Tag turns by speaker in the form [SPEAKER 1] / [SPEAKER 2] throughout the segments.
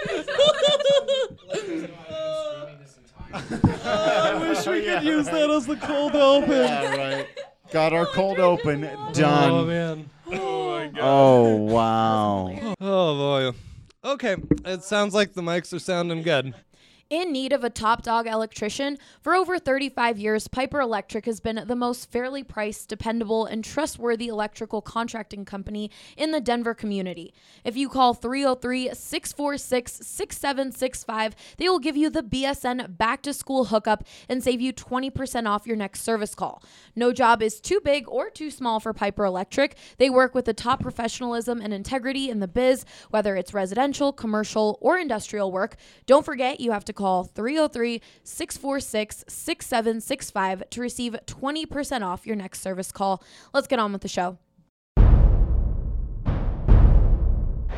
[SPEAKER 1] I wish we could use that as the cold open.
[SPEAKER 2] Yeah, right. Got our cold open
[SPEAKER 1] Oh
[SPEAKER 2] done.
[SPEAKER 1] man.
[SPEAKER 2] Oh wow.
[SPEAKER 1] Oh boy. Okay, it sounds like the mics are sounding good.
[SPEAKER 3] In need of a top dog electrician, for over 35 years, Piper Electric has been the most fairly priced, dependable, and trustworthy electrical contracting company in the Denver community. If you call 303 646 6765, they will give you the BSN back to school hookup and save you 20% off your next service call. No job is too big or too small for Piper Electric. They work with the top professionalism and integrity in the biz, whether it's residential, commercial, or industrial work. Don't forget, you have to call 303 646 6765 to receive 20% off your next service call. Let's get on with the show.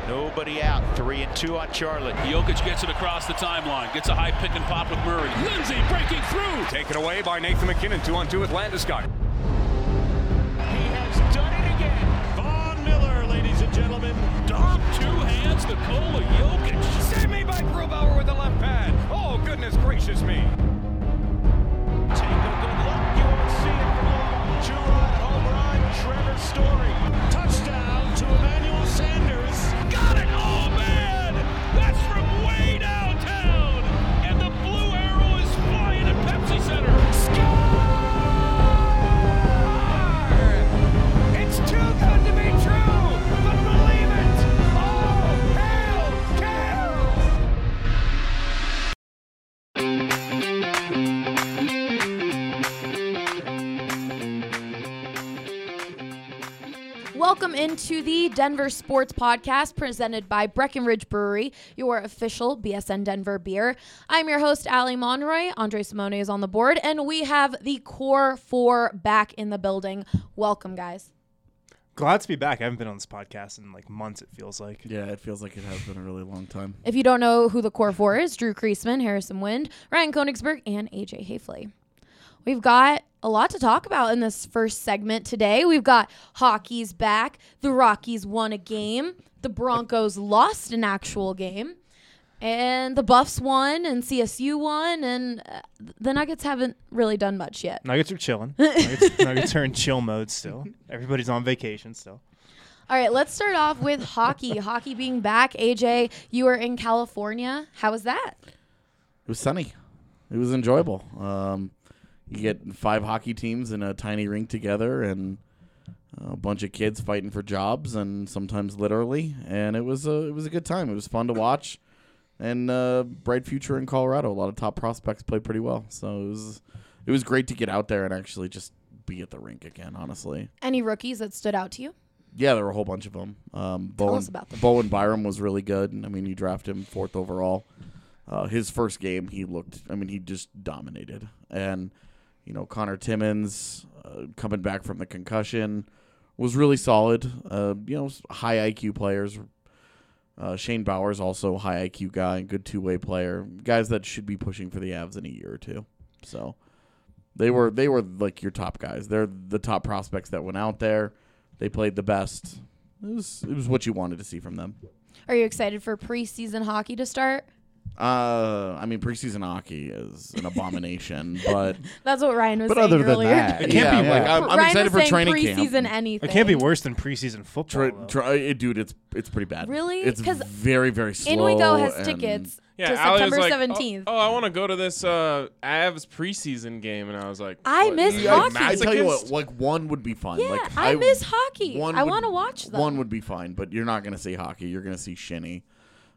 [SPEAKER 4] Nobody out. Three and two on Charlotte.
[SPEAKER 5] Jokic gets it across the timeline, gets a high pick and pop with Murray. Lindsay breaking through.
[SPEAKER 6] Taken away by Nathan McKinnon. Two on two with Landeskog.
[SPEAKER 4] He has done it again. Vaughn Miller, ladies and gentlemen.
[SPEAKER 5] Dom two hands Nikola Jokic.
[SPEAKER 6] Saved me by Grubauer with the left pad. Oh, goodness gracious me.
[SPEAKER 4] Take a good look. You won't see it for long. Two-run home run. Trevor Story. Touchdown to Emmanuel Sanders. Got it. Oh, man. That's from way downtown. And the blue arrow is flying at Pepsi Center.
[SPEAKER 6] It's too good to be true, but believe it. Oh, hell, hell.
[SPEAKER 3] Welcome into the Denver Sports Podcast presented by Breckenridge Brewery, your official BSN Denver beer. I'm your host, Ali Monroy. Andre Simone is on the board, and we have the core four back in the building. Welcome, guys.
[SPEAKER 7] Glad to be back. I haven't been on this podcast in like months. It feels like.
[SPEAKER 2] Yeah, it feels like it has been a really long time.
[SPEAKER 3] If you don't know who the core four is, Drew Kreisman, Harrison Wind, Ryan Konigsberg, and AJ Hafley. We've got a lot to talk about in this first segment today. We've got hockey's back, the Rockies won a game, the Broncos lost an actual game, and the Buffs won, and CSU won, and uh, the Nuggets haven't really done much yet.
[SPEAKER 7] Nuggets are chilling. Nuggets, Nuggets are in chill mode still. Everybody's on vacation still.
[SPEAKER 3] All right, let's start off with hockey. hockey being back, AJ, you were in California. How was that?
[SPEAKER 2] It was sunny. It was enjoyable. Um, you get five hockey teams in a tiny rink together, and a bunch of kids fighting for jobs, and sometimes literally. And it was a it was a good time. It was fun to watch, and uh, bright future in Colorado. A lot of top prospects play pretty well, so it was it was great to get out there and actually just be at the rink again. Honestly,
[SPEAKER 3] Any rookies that stood out to you?
[SPEAKER 2] yeah, there were a whole bunch of them. Um, Bowen,
[SPEAKER 3] us about them.
[SPEAKER 2] Bowen Byram was really good. I mean, you draft him fourth overall. Uh, his first game, he looked. I mean, he just dominated. And you know, Connor Timmins uh, coming back from the concussion was really solid. Uh, you know, s- high IQ players. Uh, Shane Bowers also high IQ guy, good two way player. Guys that should be pushing for the Avs in a year or two. So they were they were like your top guys. They're the top prospects that went out there. They played the best. It was it was what you wanted to see from them.
[SPEAKER 3] Are you excited for preseason hockey to start?
[SPEAKER 2] Uh, I mean preseason hockey is an abomination, but
[SPEAKER 3] That's what Ryan was
[SPEAKER 2] but
[SPEAKER 3] saying
[SPEAKER 2] other than
[SPEAKER 3] earlier.
[SPEAKER 2] that,
[SPEAKER 7] It can't
[SPEAKER 2] yeah,
[SPEAKER 7] be
[SPEAKER 2] like,
[SPEAKER 7] worse.
[SPEAKER 2] I'm, I'm
[SPEAKER 3] Ryan
[SPEAKER 2] excited
[SPEAKER 3] was
[SPEAKER 2] for
[SPEAKER 3] saying
[SPEAKER 2] training
[SPEAKER 3] preseason
[SPEAKER 2] camp.
[SPEAKER 3] anything.
[SPEAKER 7] It can't be worse than preseason football.
[SPEAKER 2] Try,
[SPEAKER 7] though.
[SPEAKER 2] try, it, dude, it's it's pretty bad.
[SPEAKER 3] Really?
[SPEAKER 2] It's
[SPEAKER 3] 'Cause
[SPEAKER 2] very very slow.
[SPEAKER 3] In We Go has
[SPEAKER 2] and-
[SPEAKER 3] tickets
[SPEAKER 8] Yeah,
[SPEAKER 3] to
[SPEAKER 8] Ali was
[SPEAKER 3] September
[SPEAKER 8] like,
[SPEAKER 3] 17th.
[SPEAKER 8] Oh, oh, I want to go to this uh, Avs preseason game, and I was like,
[SPEAKER 3] I
[SPEAKER 8] what?
[SPEAKER 3] miss
[SPEAKER 8] You like
[SPEAKER 3] hockey.
[SPEAKER 2] I tell you what,
[SPEAKER 8] masochist?
[SPEAKER 2] like one would be fun.
[SPEAKER 3] Yeah,
[SPEAKER 2] like
[SPEAKER 3] I miss hockey. I
[SPEAKER 2] would-
[SPEAKER 3] wanna watch them.
[SPEAKER 2] One would be fine, but you're not gonna see hockey. You're gonna see shinny,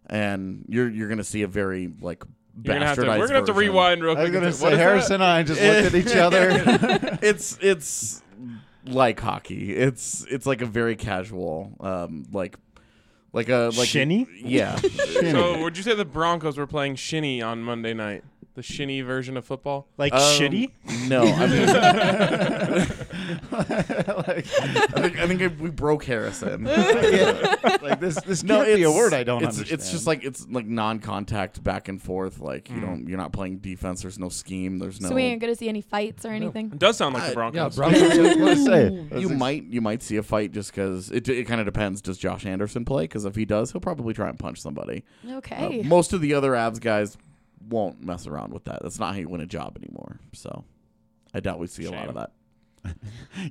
[SPEAKER 2] and you're you're gonna see a very like bastardized.
[SPEAKER 8] You're gonna have to, we're gonna have to
[SPEAKER 2] version.
[SPEAKER 8] rewind real
[SPEAKER 2] I
[SPEAKER 8] quick.
[SPEAKER 2] was
[SPEAKER 8] and
[SPEAKER 2] gonna
[SPEAKER 8] say,
[SPEAKER 2] say
[SPEAKER 8] what is that?
[SPEAKER 2] Harrison
[SPEAKER 7] and I just looked at each other.
[SPEAKER 2] it's it's like hockey. It's it's like a very casual, um, like like a like
[SPEAKER 7] Shinny?
[SPEAKER 2] Yeah,
[SPEAKER 8] So, would you say the Broncos were playing shinny on Monday night? The shinny version of football.
[SPEAKER 7] Like
[SPEAKER 2] Um,
[SPEAKER 7] shitty?
[SPEAKER 2] No, I mean, like, I think, I think I- we broke Harrison.
[SPEAKER 9] like this, this
[SPEAKER 2] No,
[SPEAKER 9] can't be a
[SPEAKER 2] it's-
[SPEAKER 9] word I don't
[SPEAKER 2] it's,
[SPEAKER 9] understand. Hmm.
[SPEAKER 2] It's just like it's like non-contact back and forth. Like you don't, you're not playing defense. There's no scheme. There's no.
[SPEAKER 3] So we ain't gonna see any fights or anything.
[SPEAKER 8] It does sound like
[SPEAKER 2] Uh,
[SPEAKER 8] the
[SPEAKER 9] yeah,
[SPEAKER 8] Broncos.
[SPEAKER 9] Broncos. I was gonna say.
[SPEAKER 2] you might you might see a fight just because it, it kind of depends. Does Josh Anderson play? Because if he does, he'll probably try and punch somebody. Uh,
[SPEAKER 3] Okay.
[SPEAKER 2] most of the other Avs guys won't mess around with that. That's not how you win a job anymore. So I doubt we see a lot
[SPEAKER 8] Shame.
[SPEAKER 2] of that.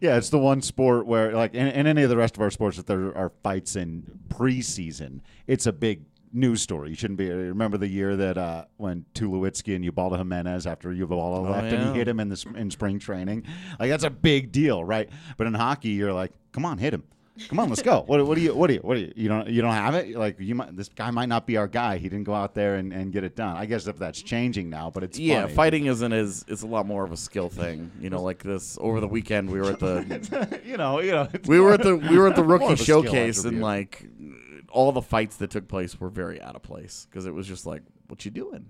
[SPEAKER 9] Yeah, it's the one sport where, like, in, in any of the rest of our sports, that there are fights in preseason, it's a big news story. You shouldn't be. Remember the year that uh, when Tulowitzki and Ubaldo Jimenez, after Ubaldo left and
[SPEAKER 2] Oh, yeah.
[SPEAKER 9] he hit him in the sp- in spring training, like that's a big deal, right? But in hockey, you're like, come on, hit him. Come on, let's go. What, what do you? What do you? What do you? You don't? You don't have it? Like you might? This guy might not be our guy. He didn't go out there and, and get it done. I guess if that's changing now, but it's
[SPEAKER 2] yeah,
[SPEAKER 9] funny.
[SPEAKER 2] fighting isn't as it's a lot more of a skill thing. You know, like this over the weekend we were at the
[SPEAKER 9] you know, you know. it's
[SPEAKER 2] we were at the we were at the
[SPEAKER 9] More
[SPEAKER 2] rookie
[SPEAKER 9] of a skill
[SPEAKER 2] showcase
[SPEAKER 9] attribute.
[SPEAKER 2] and like all the fights that took place were very out of place because it was just like what you doing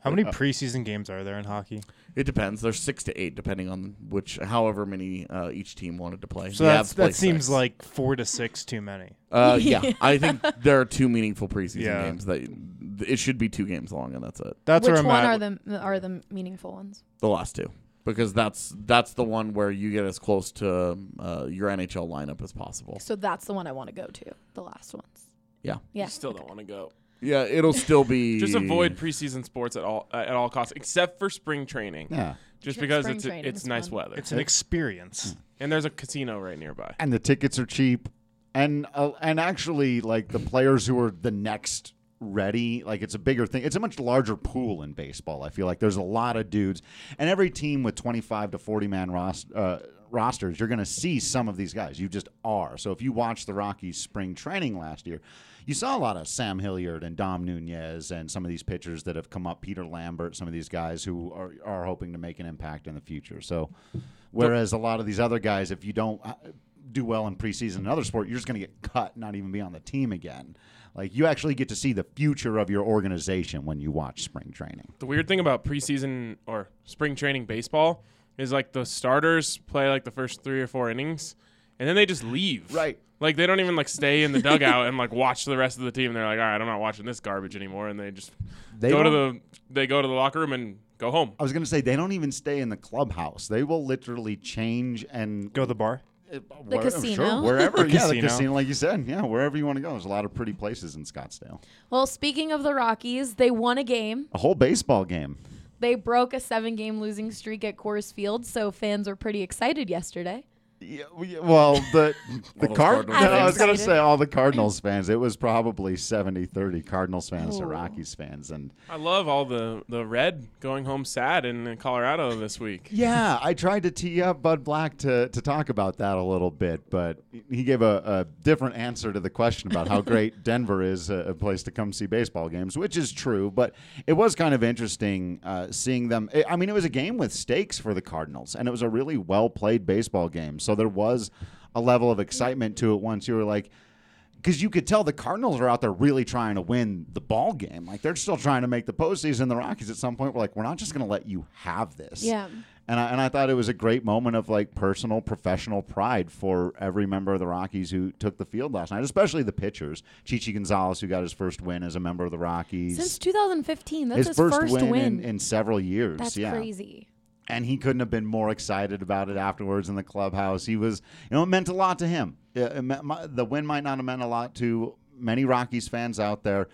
[SPEAKER 7] How many preseason games are there in hockey?
[SPEAKER 2] it depends there's six to eight depending on which however many uh, each team wanted to play
[SPEAKER 7] So
[SPEAKER 2] The
[SPEAKER 7] that's,
[SPEAKER 2] Avs play
[SPEAKER 7] that seems
[SPEAKER 2] six.
[SPEAKER 7] like four to six too many.
[SPEAKER 2] uh, yeah i think there are two meaningful preseason
[SPEAKER 7] Yeah.
[SPEAKER 2] games that it should be two games long and that's it
[SPEAKER 7] That's
[SPEAKER 3] Which
[SPEAKER 7] where I'm
[SPEAKER 3] one
[SPEAKER 7] at.
[SPEAKER 3] are the are the meaningful ones?
[SPEAKER 2] the last two because that's that's the one where you get as close to uh, your nhl lineup as possible
[SPEAKER 3] So that's the one I want to go to. The last ones.
[SPEAKER 2] yeah
[SPEAKER 3] Yeah.
[SPEAKER 8] You still don't want to go.
[SPEAKER 2] yeah it'll still be
[SPEAKER 8] Just avoid preseason sports at all at all costs, except for spring training.
[SPEAKER 9] Yeah.
[SPEAKER 8] Just
[SPEAKER 3] Sure,
[SPEAKER 8] because
[SPEAKER 3] spring
[SPEAKER 8] it's
[SPEAKER 3] training
[SPEAKER 8] it's
[SPEAKER 3] is
[SPEAKER 8] nice
[SPEAKER 3] fun.
[SPEAKER 8] weather,
[SPEAKER 7] It's an experience.
[SPEAKER 8] and there's a casino right nearby.
[SPEAKER 9] and the tickets are cheap and uh, and actually like the players who are the next ready like it's a bigger thing it's a much larger pool in baseball i feel like there's a lot of dudes and every team with 25 to 40 man ros- uh, rosters you're going to see some of these guys you just are so if you watch the rockies spring training last year you saw a lot of sam hilliard and dom nunez and some of these pitchers that have come up peter lambert some of these guys who are, are hoping to make an impact in the future so Whereas a lot of these other guys, if you don't uh, do well in preseason in another sport, you're just going to get cut, not even be on the team again. Like you actually get to see the future of your organization when you watch spring training.
[SPEAKER 8] The weird thing about preseason or spring training baseball is like the starters play like the first three or four innings, and then they just leave.
[SPEAKER 9] Right.
[SPEAKER 8] Like they don't even like stay in the dugout and like watch the rest of the team. They're like, all right, I'm not watching this garbage anymore, and they just
[SPEAKER 9] They
[SPEAKER 8] go to
[SPEAKER 9] don't-
[SPEAKER 8] the they go to the locker room and go home.
[SPEAKER 9] I was going to say they don't even stay in the clubhouse. They will literally change and
[SPEAKER 7] Go to the bar.
[SPEAKER 9] where-
[SPEAKER 3] casino.
[SPEAKER 9] sure, wherever. yeah, the
[SPEAKER 7] casino.
[SPEAKER 9] casino, like you said. Yeah, wherever you want to go. There's a lot of pretty places in Scottsdale.
[SPEAKER 3] Well, speaking of the Rockies, they won a game.
[SPEAKER 9] A whole baseball game.
[SPEAKER 3] They broke a seven-game losing streak at Coors Field, so fans were pretty excited yesterday.
[SPEAKER 9] Yeah, we- well, the the
[SPEAKER 2] those
[SPEAKER 9] Card-
[SPEAKER 2] Cardinals
[SPEAKER 9] no, I was
[SPEAKER 3] fans.
[SPEAKER 9] gonna say all the Cardinals fans. It was probably 70-30 Cardinals fans to
[SPEAKER 3] Oh.
[SPEAKER 9] Rockies fans, and
[SPEAKER 8] I love all the the red going home sad in in Colorado this week.
[SPEAKER 9] yeah, I tried to tee up Bud Black to to talk about that a little bit, but he gave a, a different answer to the question about how great Denver is a, a place to come see baseball games, which is true. But it was kind of interesting uh, seeing them. I- I mean, it was a game with stakes for the Cardinals, and it was a really well played baseball game. So there was a level of excitement to it. Once you were like. because you could tell the Cardinals are out there really trying to win the ball game. Like they're still trying to make the postseason. The Rockies at some point were like, we're not just going to let you have this.
[SPEAKER 3] Yeah.
[SPEAKER 9] And I, and I thought it was a great moment of like personal, professional pride for every member of the Rockies who took the field last night, especially the pitchers. Chichi Gonzalez, who got his first win as a member of the Rockies.
[SPEAKER 3] Since 2015, that's his,
[SPEAKER 9] his, first, win, In, in several years.
[SPEAKER 3] that's
[SPEAKER 9] yeah
[SPEAKER 3] crazy.
[SPEAKER 9] and he couldn't have been more excited about it afterwards in the clubhouse. He was, you know, it meant a lot to him. Yeah, it meant- my- the win might not have meant a lot to many Rockies fans out there.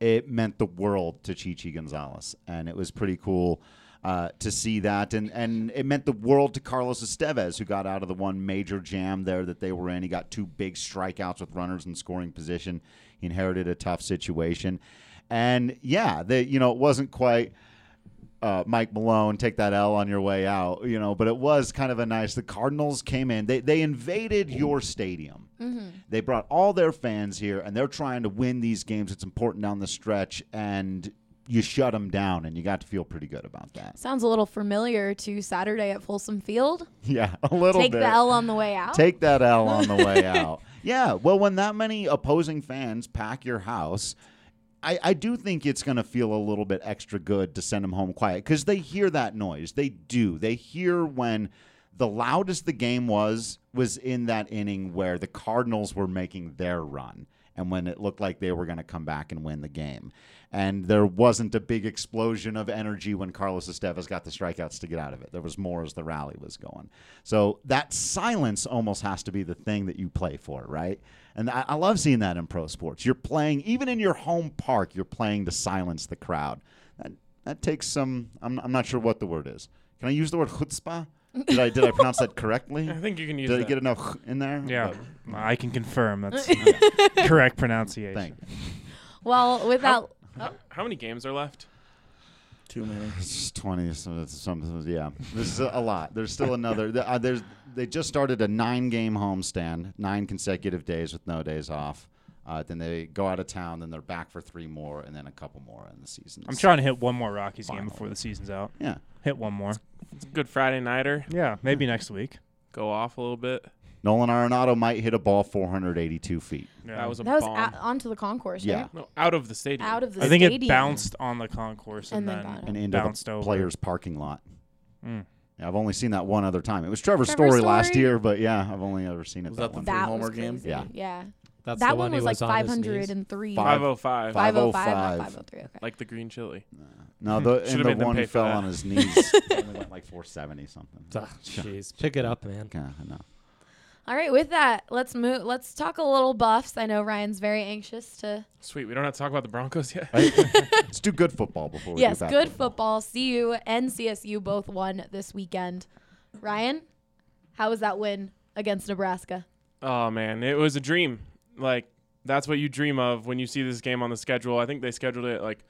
[SPEAKER 9] It meant the world to Chichi Gonzalez, and it was pretty cool uh, to see that. And and it meant the world to Carlos Estevez, who got out of the one major jam there that they were in. He got two big strikeouts with runners in scoring position. He inherited a tough situation, and yeah, the you know it wasn't quite uh, Mike Malone, take that L on your way out, you know. But it was kind of a nice. The Cardinals came in. They they invaded your stadium.
[SPEAKER 3] Mm-hmm.
[SPEAKER 9] They brought all their fans here, and they're trying to win these games. It's important down the stretch, and you shut them down, and you got to feel pretty good about that.
[SPEAKER 3] Sounds a little familiar to Saturday at Folsom Field.
[SPEAKER 9] Yeah, a little
[SPEAKER 3] Take
[SPEAKER 9] bit.
[SPEAKER 3] the L on the way out.
[SPEAKER 9] Take that L on the way out. Yeah. Well, when that many opposing fans pack your house, I, I do think it's going to feel a little bit extra good to send them home quiet because they hear that noise. They do. They hear when the loudest the game was was in that inning where the Cardinals were making their run and when it looked like they were going to come back and win the game. And there wasn't a big explosion of energy when Carlos Estevez got the strikeouts to get out of it. There was more as the rally was going. So that silence almost has to be the thing that you play for, right? And I, I love seeing that in pro sports. You're playing, even in your home park, you're playing to silence the crowd. That, that takes some, I'm, I'm not sure what the word is. Can I use the word chutzpah? Did I, did I pronounce that correctly?
[SPEAKER 8] I think you can use
[SPEAKER 9] Did I
[SPEAKER 8] that.
[SPEAKER 9] get enough in there?
[SPEAKER 7] Yeah, I can confirm that's correct pronunciation.
[SPEAKER 9] Thank you.
[SPEAKER 3] Well, without
[SPEAKER 8] How many games are left?
[SPEAKER 2] Too many.
[SPEAKER 9] It's 20 so it's something yeah this is a lot there's still another th- uh, there's they just started a nine game homestand nine consecutive days with no days off uh, then they go out of town then they're back for three more and then a couple more in the season
[SPEAKER 7] I'm trying to hit one more Rockies game
[SPEAKER 9] Final.
[SPEAKER 7] before the season's out.
[SPEAKER 9] yeah
[SPEAKER 7] Hit one more.
[SPEAKER 8] It's a good Friday nighter.
[SPEAKER 7] Yeah, maybe next week.
[SPEAKER 8] Go off a little bit.
[SPEAKER 9] nolan arenado might hit a ball 482 feet
[SPEAKER 7] Yeah.
[SPEAKER 8] That was a
[SPEAKER 3] that was
[SPEAKER 8] bomb.
[SPEAKER 3] out, onto the concourse,
[SPEAKER 9] Yeah.
[SPEAKER 3] right?
[SPEAKER 8] no, out of the stadium.
[SPEAKER 3] Out of the
[SPEAKER 7] I think it
[SPEAKER 3] stadium.
[SPEAKER 7] bounced on the concourse and,
[SPEAKER 3] And then
[SPEAKER 7] then,
[SPEAKER 3] got it.
[SPEAKER 9] and into
[SPEAKER 7] Bounced
[SPEAKER 9] the
[SPEAKER 7] over.
[SPEAKER 9] players parking lot
[SPEAKER 7] Mm.
[SPEAKER 9] yeah, i've only seen that one other time it was trevor's
[SPEAKER 3] Trevor
[SPEAKER 9] story, last
[SPEAKER 3] Story?
[SPEAKER 9] year but yeah i've only ever seen it
[SPEAKER 2] Was
[SPEAKER 9] that,
[SPEAKER 2] that the
[SPEAKER 9] one
[SPEAKER 3] That
[SPEAKER 2] Homer
[SPEAKER 3] was
[SPEAKER 2] game?
[SPEAKER 3] crazy.
[SPEAKER 9] Yeah.
[SPEAKER 3] Yeah.
[SPEAKER 1] That's
[SPEAKER 3] that
[SPEAKER 1] the
[SPEAKER 3] one
[SPEAKER 1] who
[SPEAKER 3] was like
[SPEAKER 1] on his knees.
[SPEAKER 3] 503.
[SPEAKER 9] Five-
[SPEAKER 8] 505.
[SPEAKER 3] 505,
[SPEAKER 9] 505.
[SPEAKER 3] not 503. Okay.
[SPEAKER 8] Like the green chili.
[SPEAKER 9] no the, and
[SPEAKER 8] Should've
[SPEAKER 9] the
[SPEAKER 8] made them
[SPEAKER 9] one
[SPEAKER 8] pay
[SPEAKER 9] who
[SPEAKER 8] for
[SPEAKER 9] fell
[SPEAKER 8] that.
[SPEAKER 9] on his knees only went like 470 something
[SPEAKER 1] Ah, Jeez, pick it up, man.
[SPEAKER 9] yeah i know
[SPEAKER 3] All right, with that, let's move. Let's talk a little buffs. I know Ryan's very anxious to.
[SPEAKER 8] Sweet. We don't have to talk about the Broncos yet.
[SPEAKER 9] Let's do good football before we
[SPEAKER 3] yes,
[SPEAKER 9] do bad
[SPEAKER 3] good football. CU and CSU both won this weekend. Ryan, how was that win against Nebraska?
[SPEAKER 8] Oh man, it was a dream. Like that's what you dream of when you see this game on the schedule. I think they scheduled it like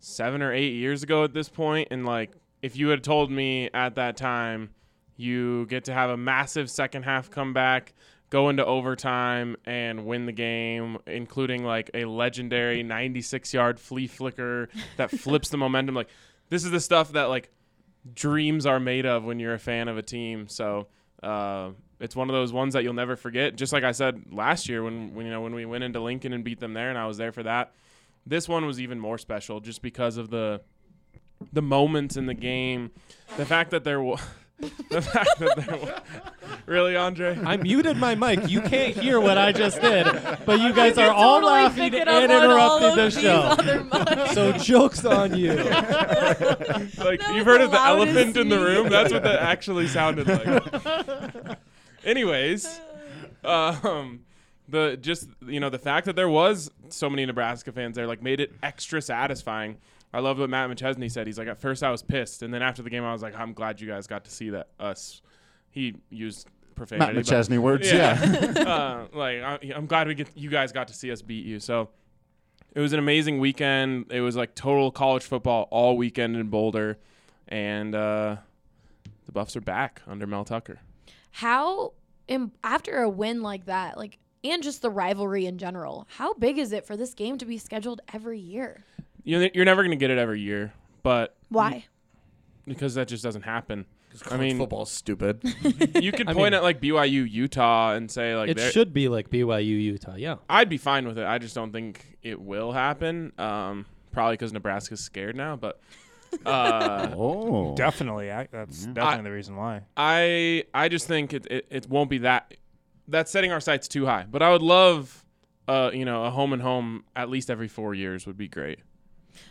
[SPEAKER 8] seven or eight years ago at this point, and like if you had told me at that time, you get to have a massive second half comeback, go into overtime and win the game, including like a legendary 96 yard flea flicker that flips the momentum. Like this is the stuff that like dreams are made of when you're a fan of a team. So uh, it's one of those ones that you'll never forget. Just like I said last year when, when you know when we went into Lincoln and beat them there, and I was there for that. This one was even more special just because of the the moments in the game, the fact that there was the fact that there was really Andre.
[SPEAKER 1] I muted my mic. You can't hear what I just did, but you guys
[SPEAKER 3] You
[SPEAKER 1] are all
[SPEAKER 3] totally
[SPEAKER 1] laughing
[SPEAKER 3] pick it
[SPEAKER 1] and
[SPEAKER 3] up on all
[SPEAKER 1] interrupted the
[SPEAKER 3] of these
[SPEAKER 1] show.
[SPEAKER 3] other mics.
[SPEAKER 1] So jokes on you.
[SPEAKER 8] like
[SPEAKER 3] That was
[SPEAKER 8] you've heard
[SPEAKER 3] the
[SPEAKER 8] of the
[SPEAKER 3] loudest
[SPEAKER 8] elephant in the
[SPEAKER 3] me.
[SPEAKER 8] room. That's what that actually sounded like. Anyways, um, the just you know the fact that there was so many Nebraska fans there like made it extra satisfying. I love what Matt McChesney said. He's like, at first I was pissed, and then after the game I was like, I'm glad you guys got to see that us. He used
[SPEAKER 9] Matt
[SPEAKER 8] profanity. but-
[SPEAKER 9] McChesney words, yeah.
[SPEAKER 8] uh, like I, I'm glad we get you guys got to see us beat you. So it was an amazing weekend. It was like total college football all weekend in Boulder, and uh, the Buffs are back under Mel Tucker.
[SPEAKER 3] How, im- after a win like that, like, and just the rivalry in general, how big is it for this game to be scheduled every year?
[SPEAKER 8] You you're never gonna get it every year, but
[SPEAKER 3] Why?
[SPEAKER 8] because that just doesn't happen. I
[SPEAKER 2] I
[SPEAKER 8] mean-
[SPEAKER 2] mean, football's stupid.
[SPEAKER 8] You could
[SPEAKER 1] I mean-
[SPEAKER 8] point at like BYU Utah and say like
[SPEAKER 1] It
[SPEAKER 8] they're-
[SPEAKER 1] should be like BYU Utah. Yeah.
[SPEAKER 8] I'd be fine with it. I just don't think it will happen. Um, probably because Nebraska's scared now, but. Uh,
[SPEAKER 9] Oh.
[SPEAKER 7] definitely. I, that's definitely the reason why.
[SPEAKER 8] I I just think it, it, it won't be that that's setting our sights too high. But I would love uh you know a home and home at least every four years would be great.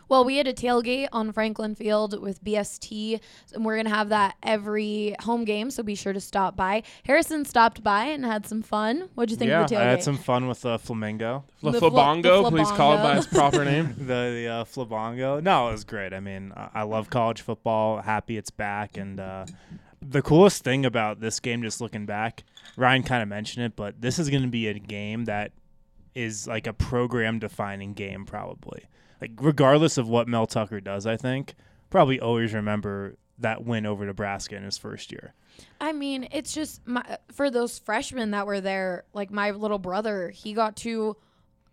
[SPEAKER 3] Well, we had a tailgate on Franklin Field with BST, and we're going to have that every home game, so be sure to stop by. Harrison stopped by and had some fun. What'd you think
[SPEAKER 7] yeah,
[SPEAKER 3] of the tailgate?
[SPEAKER 7] I had some fun with uh, Flamingo.
[SPEAKER 8] La
[SPEAKER 3] The fla-
[SPEAKER 8] Flabongo,
[SPEAKER 3] the
[SPEAKER 8] please call it by
[SPEAKER 3] Flabongo.
[SPEAKER 8] its proper name.
[SPEAKER 7] The the uh, Flabongo. No, it was great. I mean, I, I love college football. Happy it's back. And uh, the coolest thing about this game, just looking back, Ryan kind of mentioned it, but this is going to be a game that is like a program defining game, probably. Like regardless of what Mel Tucker does, I think probably always remember that win over Nebraska in his first year.
[SPEAKER 3] I mean, it's just my, for those freshmen that were there, like my little brother, he got to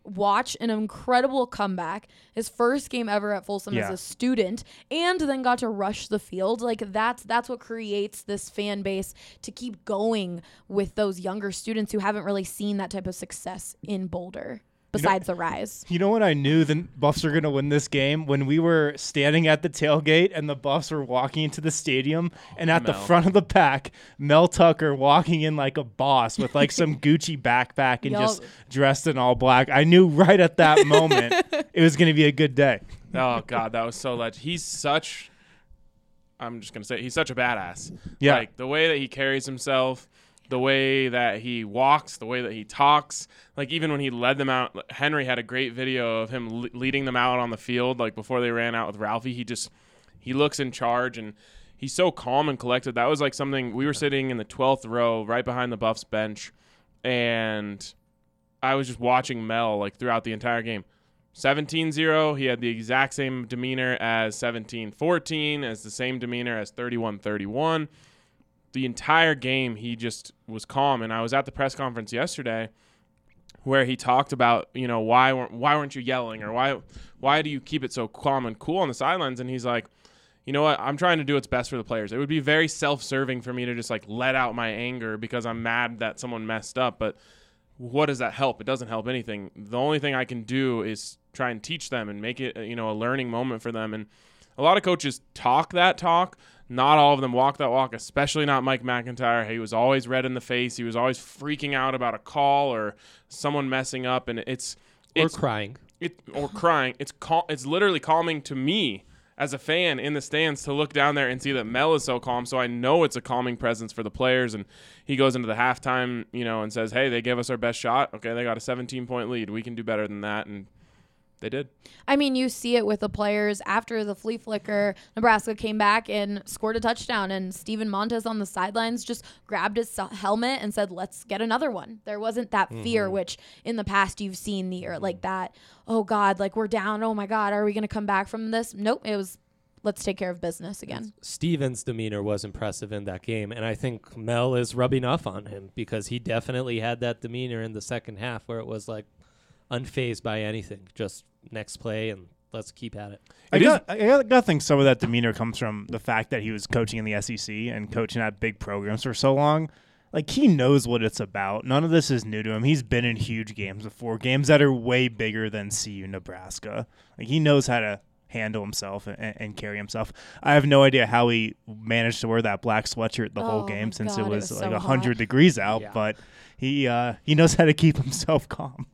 [SPEAKER 3] watch an incredible comeback, his first game ever at Folsom as
[SPEAKER 7] Yeah.
[SPEAKER 3] a student, and then got to rush the field. Like that's that's what creates this fan base to keep going with those younger students who haven't really seen that type of success in Boulder. besides the rise.
[SPEAKER 7] You know what I knew the Buffs were going to win this game when we were standing at the tailgate and the Buffs were walking into the stadium and at the
[SPEAKER 8] Mel.
[SPEAKER 7] front of the pack, Mel Tucker walking in like a boss with like some Gucci backpack and just
[SPEAKER 3] Yup.
[SPEAKER 7] dressed in all black. I knew right at that moment it was going to be a good day.
[SPEAKER 8] Oh God, that was so legend. He's such. I'm just gonna say he's such a badass.
[SPEAKER 7] Yeah.
[SPEAKER 8] Like the way that he carries himself, the way that he walks, the way that he talks. Like even when he led them out, Henry had a great video of him le- leading them out on the field. Like before they ran out with Ralphie, he just he looks in charge and he's so calm and collected. That was like something we were sitting in the 12th row, right behind the Buffs bench, and I was just watching Mel like throughout the entire game. 17-0 he had the exact same demeanor as 17-14 as the same demeanor as 31-31 the entire game he just was calm and i was at the press conference yesterday where he talked about you know why weren't why weren't you yelling or why why do you keep it so calm and cool on the sidelines and he's like you know what i'm trying to do what's best for the players it would be very self-serving for me to just like let out my anger because i'm mad that someone messed up but what does that help? It doesn't help anything. The only thing I can do is try and teach them and make it, uh, you know, a learning moment for them. And a lot of coaches talk that talk. Not all of them walk that walk, especially not Mike McIntyre. He was always red in the face. He was always freaking out about a call or someone messing up, and it's
[SPEAKER 10] Or
[SPEAKER 8] it's
[SPEAKER 10] crying.
[SPEAKER 8] it or crying. It's cal- it's literally calming to me as a fan in the stands to look down there and see that Mel is so calm. So I know it's a calming presence for the players. And he goes into the halftime, you know, and says, "Hey, they gave us our best shot. Okay, they got a 17 point lead. We can do better than that." And they did.
[SPEAKER 3] I mean, you see it with the players after the flea flicker. Nebraska came back and scored a touchdown, and Steven Montez on the sidelines just grabbed his se- helmet and said, "Let's get another one." There wasn't that fear, which in the past you've seen the or like that. Oh God, like we're down. Oh my God, are we gonna come back from this? Nope. It was, let's take care of business again.
[SPEAKER 10] Stevens' demeanor was impressive in that game, and I think Mel is rubbing off on him because he definitely had that demeanor in the second half where it was like unfazed by anything, just next play and let's keep at it.
[SPEAKER 7] I
[SPEAKER 8] It is-
[SPEAKER 7] got, I got I think some of that demeanor comes from the fact that he was coaching in the SEC and coaching at big programs for so long. Like he knows what it's about. None of this is new to him. He's been in huge games before, games that are way bigger than CU Nebraska. Like he knows how to handle himself and, and carry himself. I have no idea how he managed to wear that black sweatshirt the
[SPEAKER 3] Oh
[SPEAKER 7] whole
[SPEAKER 3] my
[SPEAKER 7] game since
[SPEAKER 3] God,
[SPEAKER 7] it
[SPEAKER 3] it
[SPEAKER 7] was,
[SPEAKER 3] was
[SPEAKER 7] like
[SPEAKER 3] so
[SPEAKER 7] a
[SPEAKER 3] hot.
[SPEAKER 7] 100 degrees out,
[SPEAKER 10] Yeah.
[SPEAKER 7] but he uh, he knows how to keep himself calm.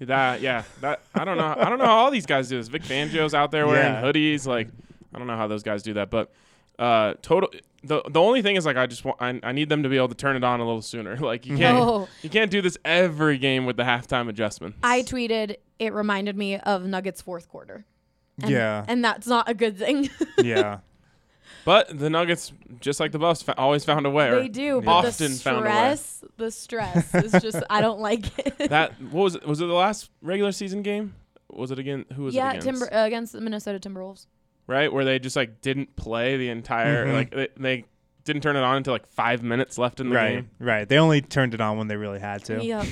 [SPEAKER 8] That yeah. That I don't know. I don't know how all these guys do this. Vic Fangio's out there wearing
[SPEAKER 7] Yeah.
[SPEAKER 8] hoodies. Like I don't know how those guys do that, but uh, total. The, the only thing is like I just want I, I need them to be able to turn it on a little sooner. Like you can't
[SPEAKER 3] Oh.
[SPEAKER 8] you can't do this every game with the halftime adjustment.
[SPEAKER 3] I tweeted, it reminded me of Nuggets fourth quarter. And,
[SPEAKER 7] Yeah.
[SPEAKER 3] and that's not a good thing.
[SPEAKER 7] yeah.
[SPEAKER 8] But the Nuggets, just like the Buffs, fa- always found a way. or
[SPEAKER 3] they do, but
[SPEAKER 8] Often
[SPEAKER 3] the
[SPEAKER 8] found a way.
[SPEAKER 3] stress, the stress is just I don't like it.
[SPEAKER 8] That what was it? Was it the last regular season game? Was it again? Who was
[SPEAKER 3] yeah,
[SPEAKER 8] it against?
[SPEAKER 3] Timber uh, against the Minnesota Timberwolves.
[SPEAKER 8] right? Where they just like didn't play the entire
[SPEAKER 7] Mhm.
[SPEAKER 8] like they, they didn't turn it on until like five minutes left in the
[SPEAKER 7] Right.
[SPEAKER 8] game.
[SPEAKER 7] Right. They only turned it on when they really had to.
[SPEAKER 3] Yeah.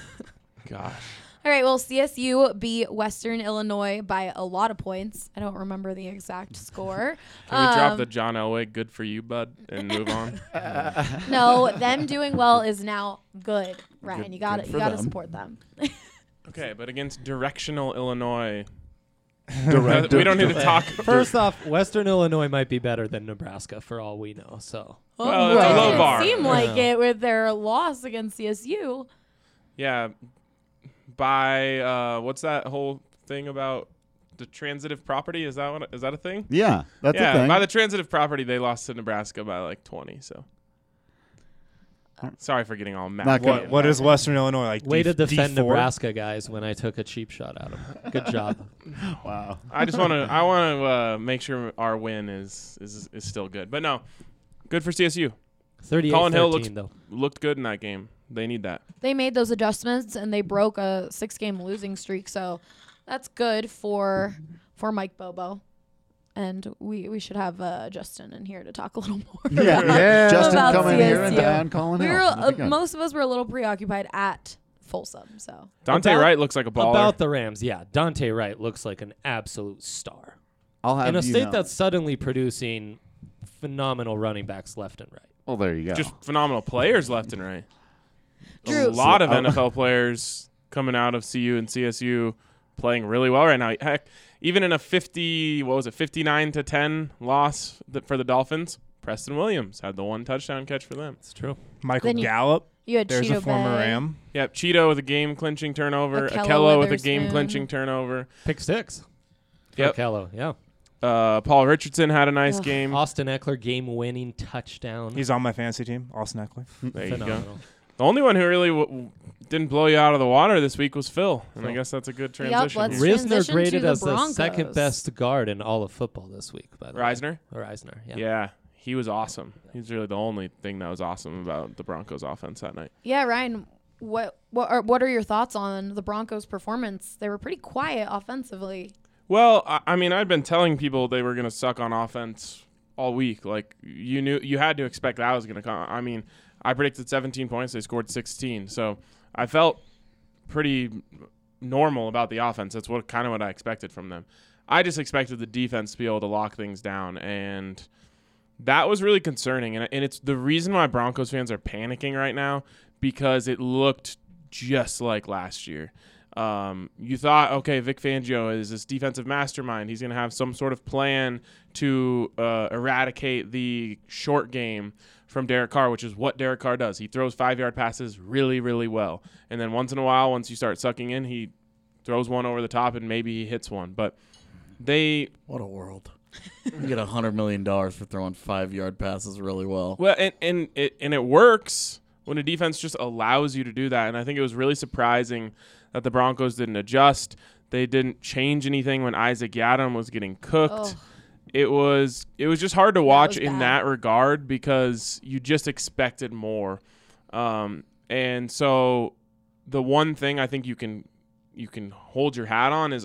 [SPEAKER 8] Gosh.
[SPEAKER 3] All right. Well, CSU beat Western Illinois by a lot of points. I don't remember the exact score.
[SPEAKER 8] Can we drop
[SPEAKER 3] Um,
[SPEAKER 8] the John Elway "Good for You, Bud" and move on?
[SPEAKER 3] no, them doing well is now good. Ryan,
[SPEAKER 2] Good-
[SPEAKER 3] you got
[SPEAKER 2] good
[SPEAKER 3] to You
[SPEAKER 2] for
[SPEAKER 3] got to
[SPEAKER 2] them.
[SPEAKER 3] support them.
[SPEAKER 8] okay, but against directional Illinois,
[SPEAKER 9] Direct-
[SPEAKER 8] we don't need to talk.
[SPEAKER 10] First off, Western Illinois might be better than Nebraska for all we know. So
[SPEAKER 8] Well, it's a
[SPEAKER 3] it
[SPEAKER 8] low
[SPEAKER 3] didn't
[SPEAKER 8] bar.
[SPEAKER 3] seem like it with their loss against CSU.
[SPEAKER 8] Yeah, by uh, what's that whole thing about the transitive property? Is that what, is that a thing?
[SPEAKER 9] Yeah, that's a
[SPEAKER 8] yeah,
[SPEAKER 9] thing.
[SPEAKER 8] by the transitive property, they lost to Nebraska by like 20. So, sorry for getting all mad.
[SPEAKER 9] Not
[SPEAKER 7] What what is Western Illinois like?
[SPEAKER 10] way to
[SPEAKER 7] D-
[SPEAKER 10] defend
[SPEAKER 7] D4?
[SPEAKER 10] Nebraska guys when I took a cheap shot at them. Good job.
[SPEAKER 9] wow.
[SPEAKER 8] I just want to I want to uh, make sure our win is is is still good. But no, good for CSU.
[SPEAKER 10] Thirty-eight.
[SPEAKER 8] Colin Hill looks-
[SPEAKER 10] though.
[SPEAKER 8] Looked good in that game. They need that.
[SPEAKER 3] they made those adjustments and they broke a six game losing streak so that's good for for mike bobo and we we should have uh, justin in here to talk a little more
[SPEAKER 9] Yeah, Justin
[SPEAKER 3] About
[SPEAKER 9] coming here and
[SPEAKER 3] CSU.
[SPEAKER 9] Diane calling
[SPEAKER 3] we were
[SPEAKER 9] out.
[SPEAKER 3] uh, most of us were a little preoccupied at fulsome so
[SPEAKER 8] Dante
[SPEAKER 10] About-
[SPEAKER 8] Wright looks like a baller.
[SPEAKER 10] About the Rams, yeah, Dante Wright looks like an absolute star.
[SPEAKER 9] I'll have
[SPEAKER 10] in a
[SPEAKER 9] you
[SPEAKER 10] state
[SPEAKER 9] know-
[SPEAKER 10] that's suddenly producing phenomenal running backs left and right.
[SPEAKER 9] well, Oh, there you go.
[SPEAKER 8] just phenomenal players left and right.
[SPEAKER 3] Drew.
[SPEAKER 8] a lot of
[SPEAKER 9] So-
[SPEAKER 8] NFL players coming out of CU and CSU playing really well right now. Heck, even in a 50, what was it, 59 to 10 loss th- for the Dolphins, Preston Williams had the one touchdown catch for them.
[SPEAKER 10] It's true.
[SPEAKER 7] Michael
[SPEAKER 3] Then you-
[SPEAKER 7] Gallup.
[SPEAKER 3] You had
[SPEAKER 7] There's
[SPEAKER 3] Cheeto
[SPEAKER 7] a former
[SPEAKER 3] Bay.
[SPEAKER 7] Ram.
[SPEAKER 8] Yep, Cheeto with a game clinching turnover,
[SPEAKER 3] Akello
[SPEAKER 8] Akello with a
[SPEAKER 3] Witherspoon.
[SPEAKER 8] game clinching turnover.
[SPEAKER 10] Pick six. For
[SPEAKER 8] Yep.
[SPEAKER 10] Kello, yeah.
[SPEAKER 8] Uh, Paul Richardson had a nice
[SPEAKER 3] Ugh.
[SPEAKER 8] game.
[SPEAKER 10] Austin Eckler game winning touchdown.
[SPEAKER 7] He's on my fantasy team. Austin Eckler.
[SPEAKER 8] There you go.
[SPEAKER 10] Phenomenal.
[SPEAKER 8] The only one who really w- w- didn't blow you out of the water this week was Phil, and I
[SPEAKER 10] Phil.
[SPEAKER 8] guess that's a good
[SPEAKER 3] Yep,
[SPEAKER 8] transition.
[SPEAKER 3] let's-
[SPEAKER 8] here.
[SPEAKER 3] Transition
[SPEAKER 10] Risner
[SPEAKER 3] to
[SPEAKER 10] graded
[SPEAKER 3] the
[SPEAKER 10] as the second
[SPEAKER 3] Broncos.
[SPEAKER 10] best guard in all of football this week, by the
[SPEAKER 8] Reisner?
[SPEAKER 10] way. Or Reisner, yeah.
[SPEAKER 8] Yeah. he was awesome. He's really the only thing that was awesome about the Broncos offense that night.
[SPEAKER 3] Yeah, Ryan. What what are what are your thoughts on the Broncos' performance? They were pretty quiet offensively.
[SPEAKER 8] Well, I, I mean, I'd been telling people they were going to suck on offense all week. Like you knew you had to expect that was going to come. I mean, I predicted 17 points, they scored 16. So, I felt pretty normal about the offense. That's what kind of what I expected from them. I just expected the defense to be able to lock things down and that was really concerning and, and it's the reason why broncos fans are panicking right now because it looked just like last year um, you thought okay vic fangio is this defensive mastermind he's going to have some sort of plan to uh, eradicate the short game from Derek Carr, which is what Derek Carr does. He throws five yard passes really, really well. And then once in a while, once you start sucking in, he throws one over the top and maybe he hits one. But they
[SPEAKER 2] What a world. you get a hundred million dollars for throwing five yard passes really well.
[SPEAKER 8] Well, and and it and it works when a defense just allows you to do that. And I think it was really surprising that the Broncos didn't adjust. They didn't change anything when Isaac Yadam was getting cooked.
[SPEAKER 3] Oh.
[SPEAKER 8] It was it was just hard to watch
[SPEAKER 3] was
[SPEAKER 8] in
[SPEAKER 3] bad.
[SPEAKER 8] that regard because you just expected more. Um, and so the one thing I think you can you can hold your hat on is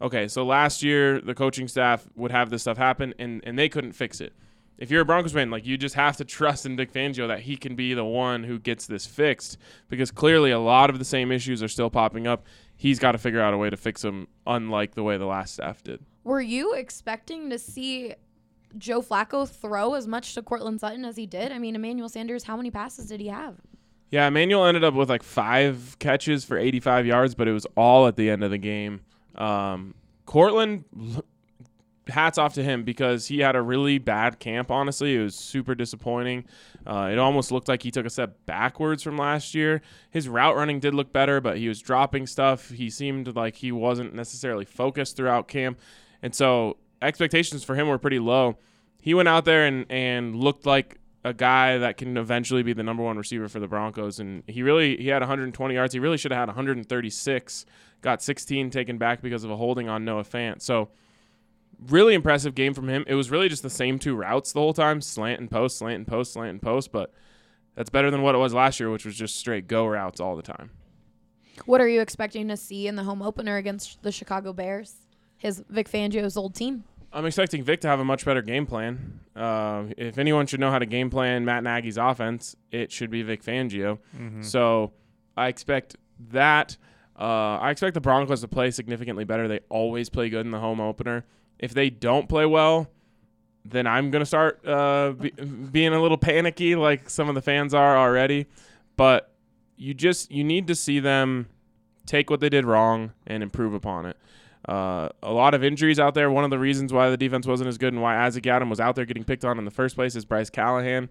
[SPEAKER 8] okay, so last year the coaching staff would have this stuff happen and, and they couldn't fix it. If you're a Broncos fan, like you just have to trust in Vic Fangio that he can be the one who gets this fixed because clearly a lot of the same issues are still popping up. He's got to figure out a way to fix them, unlike the way the last staff did.
[SPEAKER 3] Were you expecting to see Joe Flacco throw as much to Cortland Sutton as he did? I mean, Emmanuel Sanders, how many passes did he have?
[SPEAKER 8] Yeah, Emmanuel ended up with like five catches for 85 yards, but it was all at the end of the game. Um, Cortland, l- hats off to him because he had a really bad camp, honestly. It was super disappointing. Uh, it almost looked like he took a step backwards from last year. His route running did look better, but he was dropping stuff. He seemed like he wasn't necessarily focused throughout camp. And so expectations for him were pretty low. He went out there and, and looked like a guy that can eventually be the number one receiver for the Broncos. And he really he had 120 yards. He really should have had 136. Got 16 taken back because of a holding on Noah Fant. So really impressive game from him. It was really just the same two routes the whole time: slant and post, slant and post, slant and post. But that's better than what it was last year, which was just straight go routes all the time.
[SPEAKER 3] What are you expecting to see in the home opener against the Chicago Bears? His Vic Fangio's old team.
[SPEAKER 8] I'm expecting Vic to have a much better game plan. Uh, if anyone should know how to game plan Matt Nagy's offense, it should be Vic Fangio.
[SPEAKER 2] Mm-hmm.
[SPEAKER 7] Mm-hmm.
[SPEAKER 8] So I expect that. Uh, I expect the Broncos to play significantly better. They always play good in the home opener. If they don't play well, then I'm going to start uh, be, being a little panicky like some of the fans are already. But you just you need to see them take what they did wrong and improve upon it. Uh, a lot of injuries out there. One of the reasons why the defense wasn't as good and why Isaac Adam was out there getting picked on in the first place is Bryce Callahan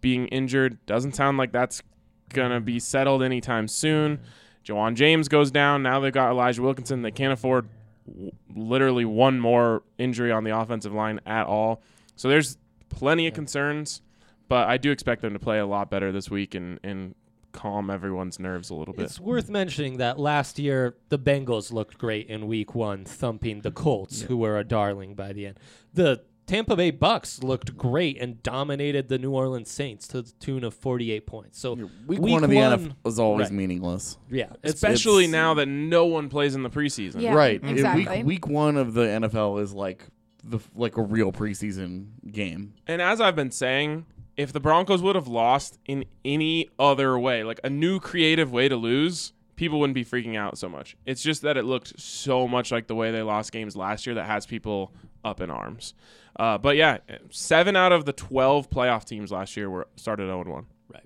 [SPEAKER 8] being injured. Doesn't sound like that's gonna be settled anytime soon. Jawan James goes down. Now they've got Elijah Wilkinson. They can't afford w- literally one more injury on the offensive line at all. So there's plenty of concerns, but I do expect them to play a lot better this week and and calm everyone's nerves a little bit.
[SPEAKER 10] It's worth mentioning that last year the Bengals looked great in week one, thumping the Colts, who were a darling by the end. The Tampa Bay Bucks looked great and dominated the New Orleans Saints to the tune of 48 points. So
[SPEAKER 2] Week, one of the NFL is always
[SPEAKER 10] Right.
[SPEAKER 2] meaningless.
[SPEAKER 10] yeah, it's,
[SPEAKER 8] Especially
[SPEAKER 2] it's-
[SPEAKER 8] now that no one plays in the preseason.
[SPEAKER 3] Yeah,
[SPEAKER 2] right. It-
[SPEAKER 3] exactly.
[SPEAKER 2] Week week one of the NFL is like the like a real preseason game.
[SPEAKER 8] And as I've been saying, if the Broncos would have lost in any other way, like a new creative way to lose, people wouldn't be freaking out so much. It's just that it looked so much like the way they lost games last year that has people up in arms. Uh, but yeah, seven out of the 12 playoff teams last year were started 0 1.
[SPEAKER 10] right.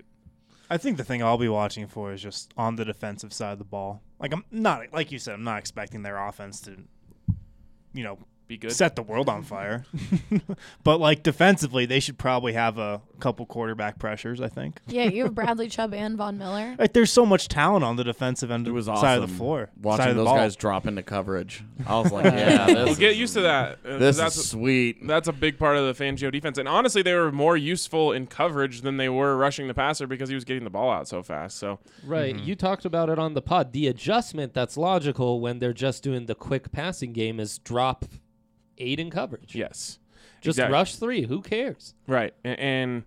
[SPEAKER 7] I think the thing I'll be watching for is just on the defensive side of the ball. Like I'm not like you said, I'm not expecting their offense to, you know,
[SPEAKER 8] Be good.
[SPEAKER 7] set the world on fire. but like defensively, they should probably have a couple quarterback pressures. I think.
[SPEAKER 3] Yeah, you have Bradley Chubb and Von Miller.
[SPEAKER 7] Like there's so much talent on the defensive end
[SPEAKER 2] It was awesome.
[SPEAKER 7] side of the floor,
[SPEAKER 2] Watching
[SPEAKER 7] side of the
[SPEAKER 2] those
[SPEAKER 7] ball.
[SPEAKER 2] guys drop into coverage. I was like, yeah, this
[SPEAKER 8] Well,
[SPEAKER 2] is,
[SPEAKER 8] get used to that. uh,
[SPEAKER 2] this
[SPEAKER 8] that's
[SPEAKER 2] is sweet.
[SPEAKER 8] that's a big part of the Fangio defense. And honestly, they were more useful in coverage than they were rushing the passer because he was getting the ball out so fast. So
[SPEAKER 10] Right.
[SPEAKER 8] Mm-hmm.
[SPEAKER 10] You talked about it on the pod. The adjustment that's logical when they're just doing the quick passing game is drop eight in coverage.
[SPEAKER 8] yes,
[SPEAKER 10] Just
[SPEAKER 8] exactly.
[SPEAKER 10] rush three. Who cares?
[SPEAKER 8] Right, A- and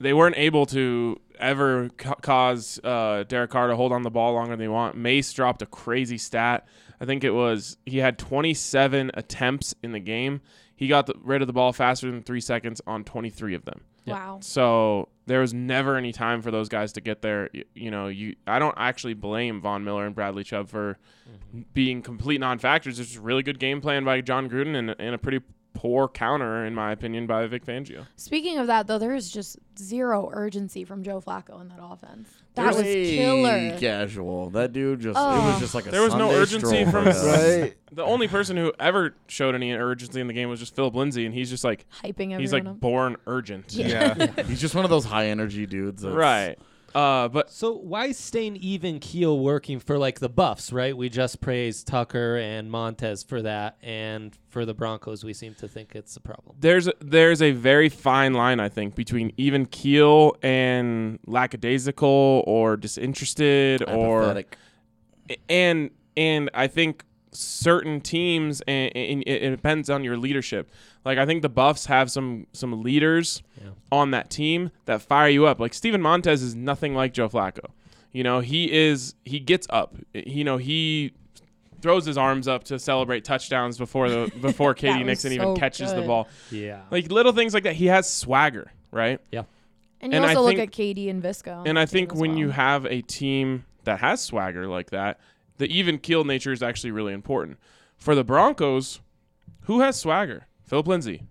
[SPEAKER 8] they weren't able to ever ca- cause uh, Derek Carr to hold on the ball longer than they want. Mace dropped a crazy stat. I think it was he had 27 attempts in the game. He got the, rid of the ball faster than three seconds on 23 of them.
[SPEAKER 3] Wow.
[SPEAKER 8] So there was never any time for those guys to get there. You, you know, you I don't actually blame Von Miller and Bradley Chubb for being complete non-factors. It's just really good game plan by John Gruden and, and a pretty poor counter, in my opinion, by Vic Fangio.
[SPEAKER 3] Speaking of that, though, there is just zero urgency from Joe Flacco in that offense. That
[SPEAKER 2] There's
[SPEAKER 3] was
[SPEAKER 2] a
[SPEAKER 3] killer.
[SPEAKER 2] Casual. That dude just. It
[SPEAKER 3] Oh.
[SPEAKER 2] was just like a.
[SPEAKER 8] There was no
[SPEAKER 2] Sunday stroll
[SPEAKER 8] urgency from-
[SPEAKER 2] for them.
[SPEAKER 9] Right.
[SPEAKER 8] The only person who ever showed any urgency in the game was just Philip Lindsay, and he's just like
[SPEAKER 3] Hyping everyone
[SPEAKER 8] he's
[SPEAKER 3] up.
[SPEAKER 8] like born urgent.
[SPEAKER 7] Yeah.
[SPEAKER 2] He's just one of those high energy dudes. that's-
[SPEAKER 8] Right. Uh, but
[SPEAKER 10] So why staying even keel working for like the Buffs, right? We just praised Tucker and Montez for that, and for the Broncos, we seem to think it's a problem.
[SPEAKER 8] there's there's a very fine line I think between even keel and lackadaisical or disinterested or
[SPEAKER 2] Apathetic.
[SPEAKER 8] and and I think certain teams and, and it it depends on your leadership. Like I think the Buffs have some some leaders on that team that fire you up. Like Steven Montez is nothing like Joe Flacco. You know, he is he gets up. You know, he throws his arms up to celebrate touchdowns before the before Katie
[SPEAKER 3] was
[SPEAKER 8] Nixon
[SPEAKER 3] so
[SPEAKER 8] even catches the
[SPEAKER 3] good.
[SPEAKER 8] ball.
[SPEAKER 10] Yeah.
[SPEAKER 8] Like little things like that. He has swagger, right?
[SPEAKER 3] and you
[SPEAKER 8] and I
[SPEAKER 3] also look
[SPEAKER 8] think-
[SPEAKER 3] at KD and Visco. on
[SPEAKER 8] And
[SPEAKER 3] that
[SPEAKER 8] I
[SPEAKER 3] team
[SPEAKER 8] think
[SPEAKER 3] as
[SPEAKER 8] when
[SPEAKER 3] well.
[SPEAKER 8] you have a team that has swagger like that, the even keel nature is actually really important. For the Broncos, who has swagger? Philip Lindsay.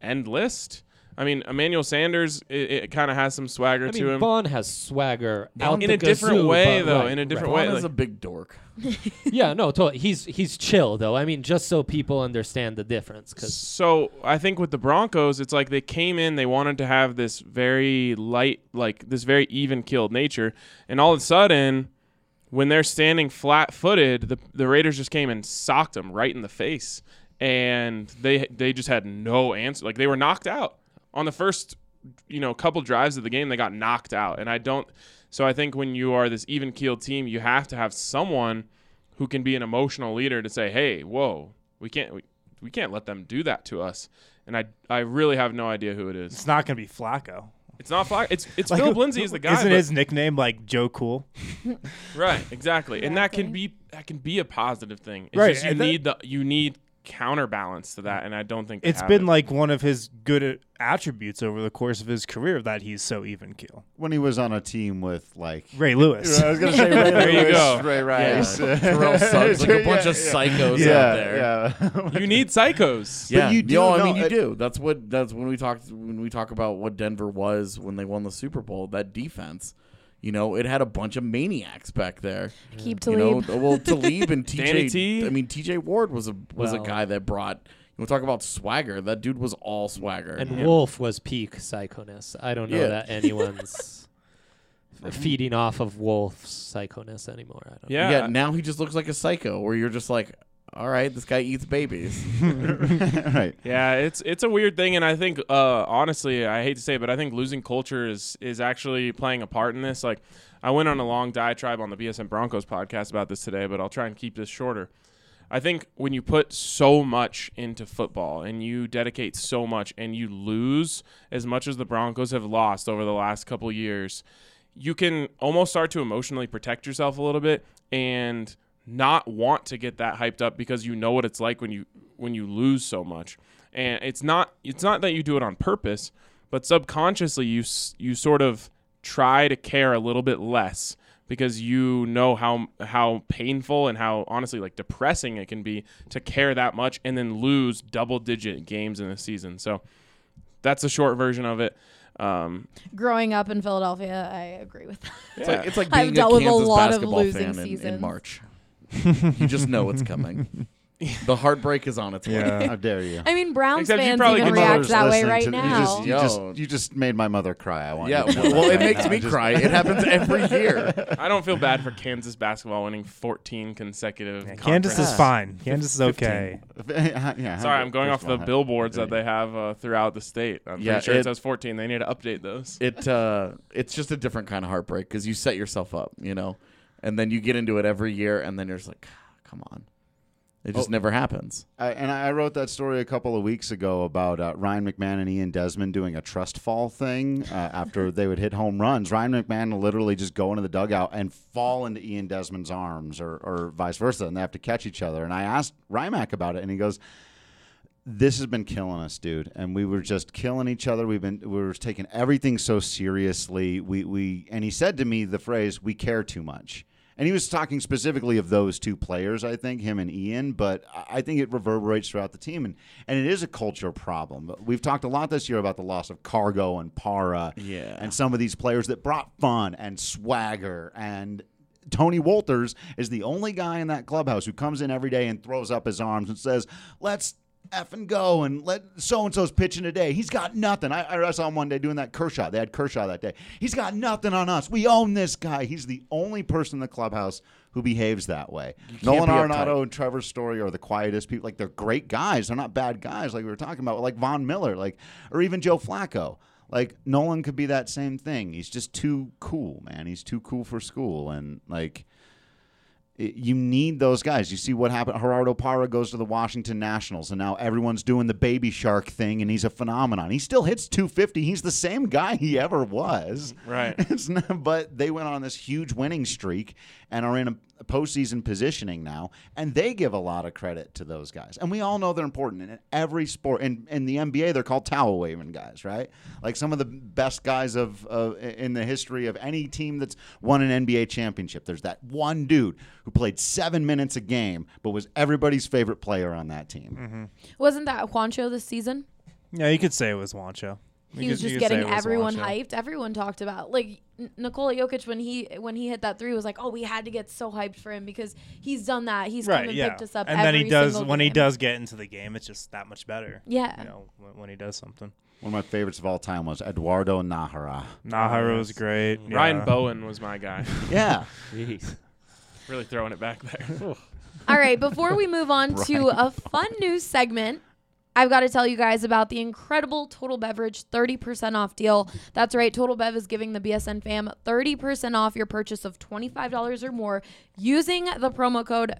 [SPEAKER 8] End list. I mean, Emmanuel Sanders, it, it kind of has some swagger
[SPEAKER 10] I
[SPEAKER 8] to
[SPEAKER 10] mean,
[SPEAKER 8] him.
[SPEAKER 10] Vaughn has swagger out
[SPEAKER 8] in
[SPEAKER 10] the
[SPEAKER 8] a different
[SPEAKER 10] gazoo,
[SPEAKER 8] way,
[SPEAKER 10] but-
[SPEAKER 8] though.
[SPEAKER 10] right,
[SPEAKER 8] in a
[SPEAKER 10] right.
[SPEAKER 8] different
[SPEAKER 2] Vaughn
[SPEAKER 8] way.
[SPEAKER 2] is
[SPEAKER 8] Like,
[SPEAKER 2] a big dork.
[SPEAKER 10] yeah, no, totally. He's he's chill though. I mean, just so people understand the difference, because
[SPEAKER 8] so I think with the Broncos, it's like they came in, they wanted to have this very light, like this very even keeled nature, and all of a sudden, when they're standing flat footed, the the Raiders just came and socked them right in the face, and they they just had no answer. Like they were knocked out on the first, you know, couple drives of the game. They got knocked out, and I don't. So I think when you are this even keeled team, you have to have someone who can be an emotional leader to say, "Hey, whoa, we can't we, we can't let them do that to us." And I I really have no idea who it is.
[SPEAKER 7] it's not going to be Flacco.
[SPEAKER 8] It's not Fly. It's it's Philip Lindsay is the guy.
[SPEAKER 7] Isn't
[SPEAKER 8] but-
[SPEAKER 7] his nickname like Joe Cool?
[SPEAKER 8] right? Exactly. And that can
[SPEAKER 3] Exactly.
[SPEAKER 8] be that can be a positive thing. It's
[SPEAKER 7] Right,
[SPEAKER 8] just you
[SPEAKER 7] and that-
[SPEAKER 8] need the you need counterbalance to that, and I don't think they
[SPEAKER 7] It's
[SPEAKER 8] have
[SPEAKER 7] been
[SPEAKER 8] it.
[SPEAKER 7] like one of his good uh, attributes over the course of his career that he's so even keel.
[SPEAKER 9] When he was on a team with like.
[SPEAKER 7] Ray Lewis.
[SPEAKER 9] I was gonna say Ray
[SPEAKER 8] There you
[SPEAKER 9] Lewis,
[SPEAKER 8] go.
[SPEAKER 9] Ray Rice.
[SPEAKER 2] Terrell Suggs, like a bunch
[SPEAKER 9] Yeah,
[SPEAKER 2] of psychos
[SPEAKER 9] yeah,
[SPEAKER 2] out there.
[SPEAKER 9] yeah.
[SPEAKER 8] you need psychos.
[SPEAKER 2] Yeah,
[SPEAKER 9] you do-
[SPEAKER 2] No, I
[SPEAKER 9] no,
[SPEAKER 2] mean you
[SPEAKER 9] it-
[SPEAKER 2] do. That's what. That's when we talked. When we talk about what Denver was when they won the Super Bowl, that defense. You know, it had a bunch of maniacs back there.
[SPEAKER 3] keep to
[SPEAKER 2] You know, well, Talib and
[SPEAKER 8] Danny T.
[SPEAKER 2] TJ. I mean, TJ Ward was a was a
[SPEAKER 10] Well-
[SPEAKER 2] guy that brought. You want to talk about swagger? That dude was all swagger.
[SPEAKER 10] and Wolf was peak psychoness. I don't know
[SPEAKER 2] Yeah.
[SPEAKER 10] that anyone's f- feeding off of Wolf's psychoness anymore. I don't.
[SPEAKER 8] Yeah.
[SPEAKER 2] yeah. now he just looks like a psycho. Where you're just like, all right, this guy eats babies.
[SPEAKER 9] right.
[SPEAKER 8] Yeah, it's it's a weird thing, and I think uh, honestly, I hate to say, it, but I think losing culture is is actually playing a part in this. Like, I went on a long diatribe on the BSM Broncos podcast about this today, but I'll try and keep this shorter. I think when you put so much into football and you dedicate so much and you lose as much as the Broncos have lost over the last couple years, you can almost start to emotionally protect yourself a little bit and not want to get that hyped up because you know what it's like when you when you lose so much. And it's not it's not that you do it on purpose, but subconsciously you s- you sort of try to care a little bit less because you know how how painful and how honestly like depressing it can be to care that much and then lose double digit games in a season. So that's a short version of it. Um,
[SPEAKER 3] Growing up in Philadelphia, I agree with that.
[SPEAKER 2] It's like it's like
[SPEAKER 3] I've
[SPEAKER 2] being
[SPEAKER 3] dealt
[SPEAKER 2] a
[SPEAKER 3] with a
[SPEAKER 2] Kansas
[SPEAKER 3] lot of
[SPEAKER 2] basketball
[SPEAKER 3] losing
[SPEAKER 2] fan in, in
[SPEAKER 3] seasons.
[SPEAKER 2] March. you just know it's coming. The heartbreak is on its way.
[SPEAKER 7] Yeah.
[SPEAKER 9] How dare you?
[SPEAKER 3] I mean, Browns
[SPEAKER 8] Except you
[SPEAKER 3] fans
[SPEAKER 8] probably
[SPEAKER 3] even
[SPEAKER 8] get
[SPEAKER 9] Mother's
[SPEAKER 3] react that way
[SPEAKER 9] listening
[SPEAKER 3] right
[SPEAKER 9] to-
[SPEAKER 3] now.
[SPEAKER 9] You just, you,
[SPEAKER 2] Yo.
[SPEAKER 9] just, you just made my mother cry. I want
[SPEAKER 2] Yeah,
[SPEAKER 9] you to know
[SPEAKER 2] well, well,
[SPEAKER 9] that
[SPEAKER 2] it
[SPEAKER 9] right
[SPEAKER 2] makes
[SPEAKER 9] now.
[SPEAKER 2] me
[SPEAKER 9] Just-
[SPEAKER 2] cry. It happens every year.
[SPEAKER 8] I don't feel bad for Kansas basketball winning 14 consecutive.
[SPEAKER 7] Kansas is
[SPEAKER 8] conference.
[SPEAKER 7] fine. Kansas is okay.
[SPEAKER 9] yeah,
[SPEAKER 8] Sorry, I'm going
[SPEAKER 9] first
[SPEAKER 8] off
[SPEAKER 9] of
[SPEAKER 8] the
[SPEAKER 9] all,
[SPEAKER 8] billboards that they have uh, throughout the state. I'm
[SPEAKER 2] Yeah,
[SPEAKER 8] pretty sure it,
[SPEAKER 2] it-
[SPEAKER 8] says 14. They need to update those.
[SPEAKER 2] It uh, it's just a different kind of heartbreak because you set yourself up, you know, and then you get into it every year, and then you're just like, "Ah, come on, it just never happens.
[SPEAKER 9] I, and I wrote that story a couple of weeks ago about uh, Ryan McMahon and Ian Desmond doing a trust fall thing uh, after they would hit home runs. Ryan McMahon will literally just go into the dugout and fall into Ian Desmond's arms, or, or vice versa, and they have to catch each other. And I asked Rymack about it, and he goes, "This has been killing us, dude. And we were just killing each other. We've been we were taking everything so seriously. We we and he said to me the phrase, "We care too much." And he was talking specifically of those two players, I think, him and Ian, but I- I think it reverberates throughout the team. And, and it is a culture problem. We've talked a lot this year about the loss of Cargo and Para
[SPEAKER 2] Yeah.
[SPEAKER 9] and some of these players that brought fun and swagger. And Tony Walters is the only guy in that clubhouse who comes in every day and throws up his arms and says, let's F and go and let so and so's pitching today. He's got nothing. I, I saw him one day doing that Kershaw. They had Kershaw that day. He's got nothing on us. We own this guy. He's the only person in the clubhouse who behaves that way. Nolan
[SPEAKER 2] be
[SPEAKER 9] Arenado
[SPEAKER 2] uptight.
[SPEAKER 9] and Trevor Story are the quietest people. Like they're great guys. They're not bad guys. Like we were talking about, like Von Miller, like or even Joe Flacco. Like Nolan could be that same thing. He's just too cool, man. He's too cool for school, and like it- you need those guys. You see what happened. Gerardo Parra goes to the Washington Nationals, and now everyone's doing the baby shark thing, and he's a phenomenon. He still hits 250. He's the same guy he ever was.
[SPEAKER 8] Right.
[SPEAKER 9] It's not, but they went on this huge winning streak and are in a a postseason positioning now, and they give a lot of credit to those guys. And we all know they're important in every sport. In in the NBA, they're called towel waving guys, right? Like some of the best guys of uh, in the history of any team that's won an NBA championship. There's that one dude who played seven minutes a game, but was everybody's favorite player on that team.
[SPEAKER 3] Wasn't that Juancho this season?
[SPEAKER 7] Yeah, you could say it was Wancho. You
[SPEAKER 3] He was
[SPEAKER 7] could-
[SPEAKER 3] just
[SPEAKER 7] you could say
[SPEAKER 3] getting
[SPEAKER 7] it was
[SPEAKER 3] everyone
[SPEAKER 7] Wancho.
[SPEAKER 3] hyped. Everyone talked about like N- Nikola Jokic when he when he hit that three was like, oh, we had to get so hyped for him because he's done that. He's come
[SPEAKER 7] Right.
[SPEAKER 3] and
[SPEAKER 7] Yeah.
[SPEAKER 3] picked us up.
[SPEAKER 7] and then he
[SPEAKER 3] every
[SPEAKER 7] does
[SPEAKER 3] single
[SPEAKER 7] when he
[SPEAKER 3] game.
[SPEAKER 7] does get into the game, it's just that much better.
[SPEAKER 3] Yeah.
[SPEAKER 7] You know, when, when he does something.
[SPEAKER 9] One of my favorites of all time was Eduardo Nahara.
[SPEAKER 7] Nahara was great.
[SPEAKER 8] Mm. Ryan
[SPEAKER 7] yeah.
[SPEAKER 8] Bowen was my guy.
[SPEAKER 9] Yeah.
[SPEAKER 10] Jeez.
[SPEAKER 8] really throwing it back there.
[SPEAKER 3] All right, before we move on to a fun news segment, I've got to tell you guys about the incredible Total Beverage 30% off deal. That's right, Total Bev is giving the BSN fam 30% off your purchase of $25 or more using the promo code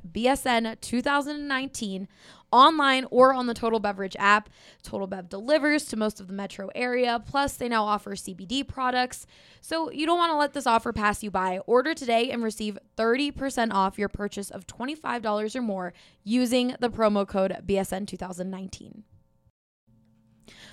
[SPEAKER 3] BSN2019 online or on the Total Beverage app. Total Bev delivers to most of the metro area, plus they now offer CBD products. So you don't want to let this offer pass you by. Order today and receive 30% off your purchase of $25 or more using the promo code BSN2019.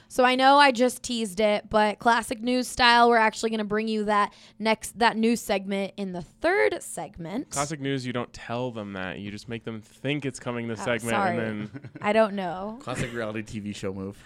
[SPEAKER 3] So I know I just teased it, but classic news style, we're actually going to bring you that next that news segment in the third segment.
[SPEAKER 8] Classic news, you don't tell them that. You just make them think it's coming this
[SPEAKER 3] Oh,
[SPEAKER 8] segment.
[SPEAKER 3] sorry.
[SPEAKER 8] And then
[SPEAKER 3] I don't know.
[SPEAKER 2] Classic reality TV show move.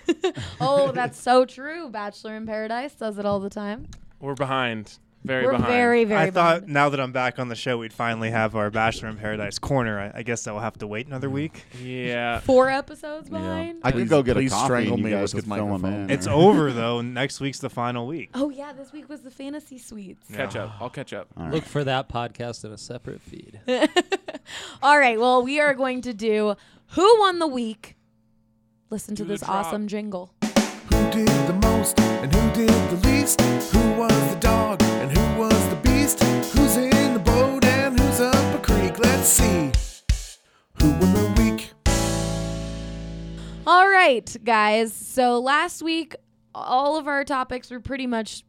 [SPEAKER 3] Oh, that's so true. Bachelor in Paradise does it all the time.
[SPEAKER 8] we're behind. Very
[SPEAKER 3] We're
[SPEAKER 8] behind.
[SPEAKER 3] very, very
[SPEAKER 7] I thought
[SPEAKER 3] behind.
[SPEAKER 7] now that I'm back on the show, we'd finally have our Bachelor in Paradise corner. I, I guess that will have to wait
[SPEAKER 8] Mm.
[SPEAKER 7] another week.
[SPEAKER 8] yeah.
[SPEAKER 3] four episodes behind.
[SPEAKER 9] I could go get a
[SPEAKER 2] please
[SPEAKER 9] coffee
[SPEAKER 2] strangle
[SPEAKER 9] and you
[SPEAKER 2] me
[SPEAKER 9] guys
[SPEAKER 2] with
[SPEAKER 9] could
[SPEAKER 2] this
[SPEAKER 9] fill 'em
[SPEAKER 2] microphone.
[SPEAKER 9] in.
[SPEAKER 7] It's
[SPEAKER 9] or-
[SPEAKER 7] over though. Next week's the final week.
[SPEAKER 3] Oh yeah, this week was the fantasy suites.
[SPEAKER 8] Catch up. I'll catch up.
[SPEAKER 10] Look for that podcast in a separate feed.
[SPEAKER 3] All right, well, we are going to do Who Won the Week. Listen to
[SPEAKER 8] Do the
[SPEAKER 3] this
[SPEAKER 8] drop.
[SPEAKER 3] awesome jingle.
[SPEAKER 11] Who did the most and who did the least? Who was the dog and who was the beast? Who's in the boat and who's up a creek? Let's see. Who won the week?
[SPEAKER 3] All right, guys. So last week, all of our topics were pretty much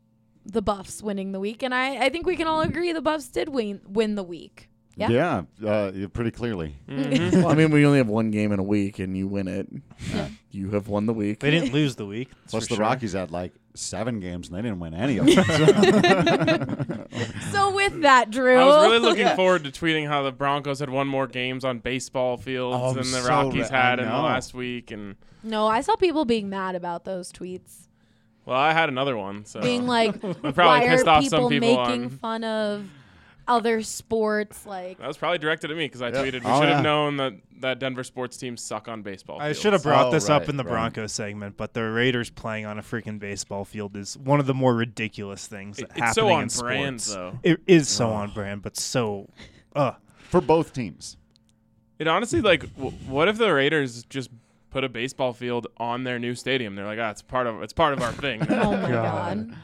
[SPEAKER 3] the Buffs winning the week, and I, I think we can all agree the Buffs did win win the week. Yeah.
[SPEAKER 9] Yeah, uh, pretty clearly.
[SPEAKER 2] well, I mean, we only have one game in a week, and you win it. You have won the week.
[SPEAKER 7] They didn't lose the week. that's
[SPEAKER 9] Plus,
[SPEAKER 7] for
[SPEAKER 9] the
[SPEAKER 7] sure.
[SPEAKER 9] Rockies had like seven games and they didn't win any of them.
[SPEAKER 3] So with that, Drew,
[SPEAKER 8] I was really looking forward to tweeting how the Broncos had won more games on baseball fields
[SPEAKER 9] Oh, I'm
[SPEAKER 8] than the
[SPEAKER 9] so
[SPEAKER 8] Rockies
[SPEAKER 9] re- I
[SPEAKER 8] had in the
[SPEAKER 9] know.
[SPEAKER 8] last week. And
[SPEAKER 3] no, I saw people being mad about those tweets.
[SPEAKER 8] Well, I had another one. So
[SPEAKER 3] being like,
[SPEAKER 8] I
[SPEAKER 3] why
[SPEAKER 8] Oh. probably pissed
[SPEAKER 3] are
[SPEAKER 8] off
[SPEAKER 3] people,
[SPEAKER 8] some people
[SPEAKER 3] making
[SPEAKER 8] on.
[SPEAKER 3] fun of other sports? Like,
[SPEAKER 8] That was probably directed at me because I
[SPEAKER 7] Yeah.
[SPEAKER 8] tweeted. We
[SPEAKER 7] Oh,
[SPEAKER 8] should have
[SPEAKER 7] yeah.
[SPEAKER 8] known that that Denver sports teams suck on baseball.
[SPEAKER 7] I
[SPEAKER 8] fields."
[SPEAKER 7] should have brought this
[SPEAKER 8] Oh,
[SPEAKER 7] up in the Broncos segment, but the Raiders playing on a freaking baseball field is one of the more ridiculous things
[SPEAKER 8] It-
[SPEAKER 7] that
[SPEAKER 8] it's so
[SPEAKER 7] happening
[SPEAKER 8] on
[SPEAKER 7] in
[SPEAKER 8] brand,
[SPEAKER 7] sports.
[SPEAKER 8] though.
[SPEAKER 7] It is so
[SPEAKER 8] Ugh.
[SPEAKER 7] on brand, but so uh
[SPEAKER 9] for both teams.
[SPEAKER 8] It honestly, like, w- what if the Raiders just put a baseball field on their new stadium? They're like, ah, it's part of it's part of our thing.
[SPEAKER 3] oh my god.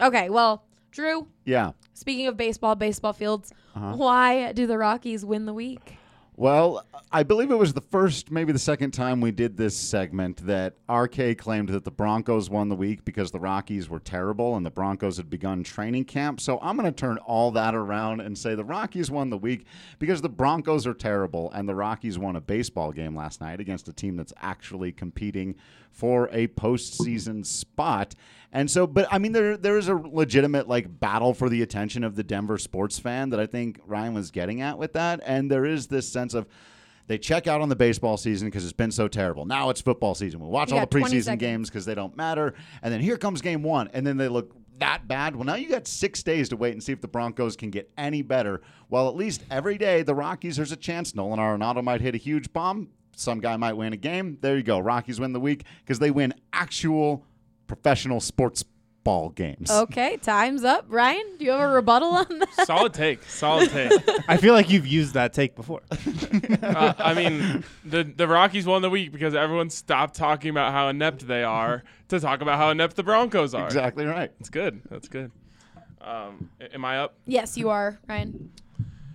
[SPEAKER 3] Okay, well, Drew.
[SPEAKER 9] Yeah.
[SPEAKER 3] Speaking of baseball, baseball fields.
[SPEAKER 9] Uh-huh.
[SPEAKER 3] Why do the Rockies win the week?
[SPEAKER 9] Well, I believe it was the first, maybe the second time we did this segment that RK claimed that the Broncos won the week because the Rockies were terrible and the Broncos had begun training camp. So I'm going to turn all that around and say the Rockies won the week because the Broncos are terrible and the Rockies won a baseball game last night against a team that's actually competing for a postseason spot. And so, but I mean, there there is a legitimate like battle for the attention of the Denver sports fan that I think Ryan was getting at with that. And there is this sense of they check out on the baseball season because it's been so terrible. Now it's football season. We'll watch
[SPEAKER 11] You
[SPEAKER 9] all the
[SPEAKER 11] got 20
[SPEAKER 9] preseason
[SPEAKER 11] seconds.
[SPEAKER 9] games because they don't matter. And then here comes game one, and then they look that bad. Well, now you got six days to wait and see if the Broncos can get any better. Well, at least every day the Rockies there's a chance Nolan Arenado might hit a huge bomb. Some guy might win a game. There you go. Rockies win the week because they win actual professional sports ball games.
[SPEAKER 3] Okay, time's up. Ryan, do you have a rebuttal on that?
[SPEAKER 8] solid take. Solid take.
[SPEAKER 7] I feel like you've used that take before.
[SPEAKER 8] Uh, I mean, the the Rockies won the week because everyone stopped talking about how inept they are to talk about how inept the Broncos are.
[SPEAKER 9] Exactly right.
[SPEAKER 8] That's good. That's good. Um, a- am I up?
[SPEAKER 3] Yes, you are, Ryan.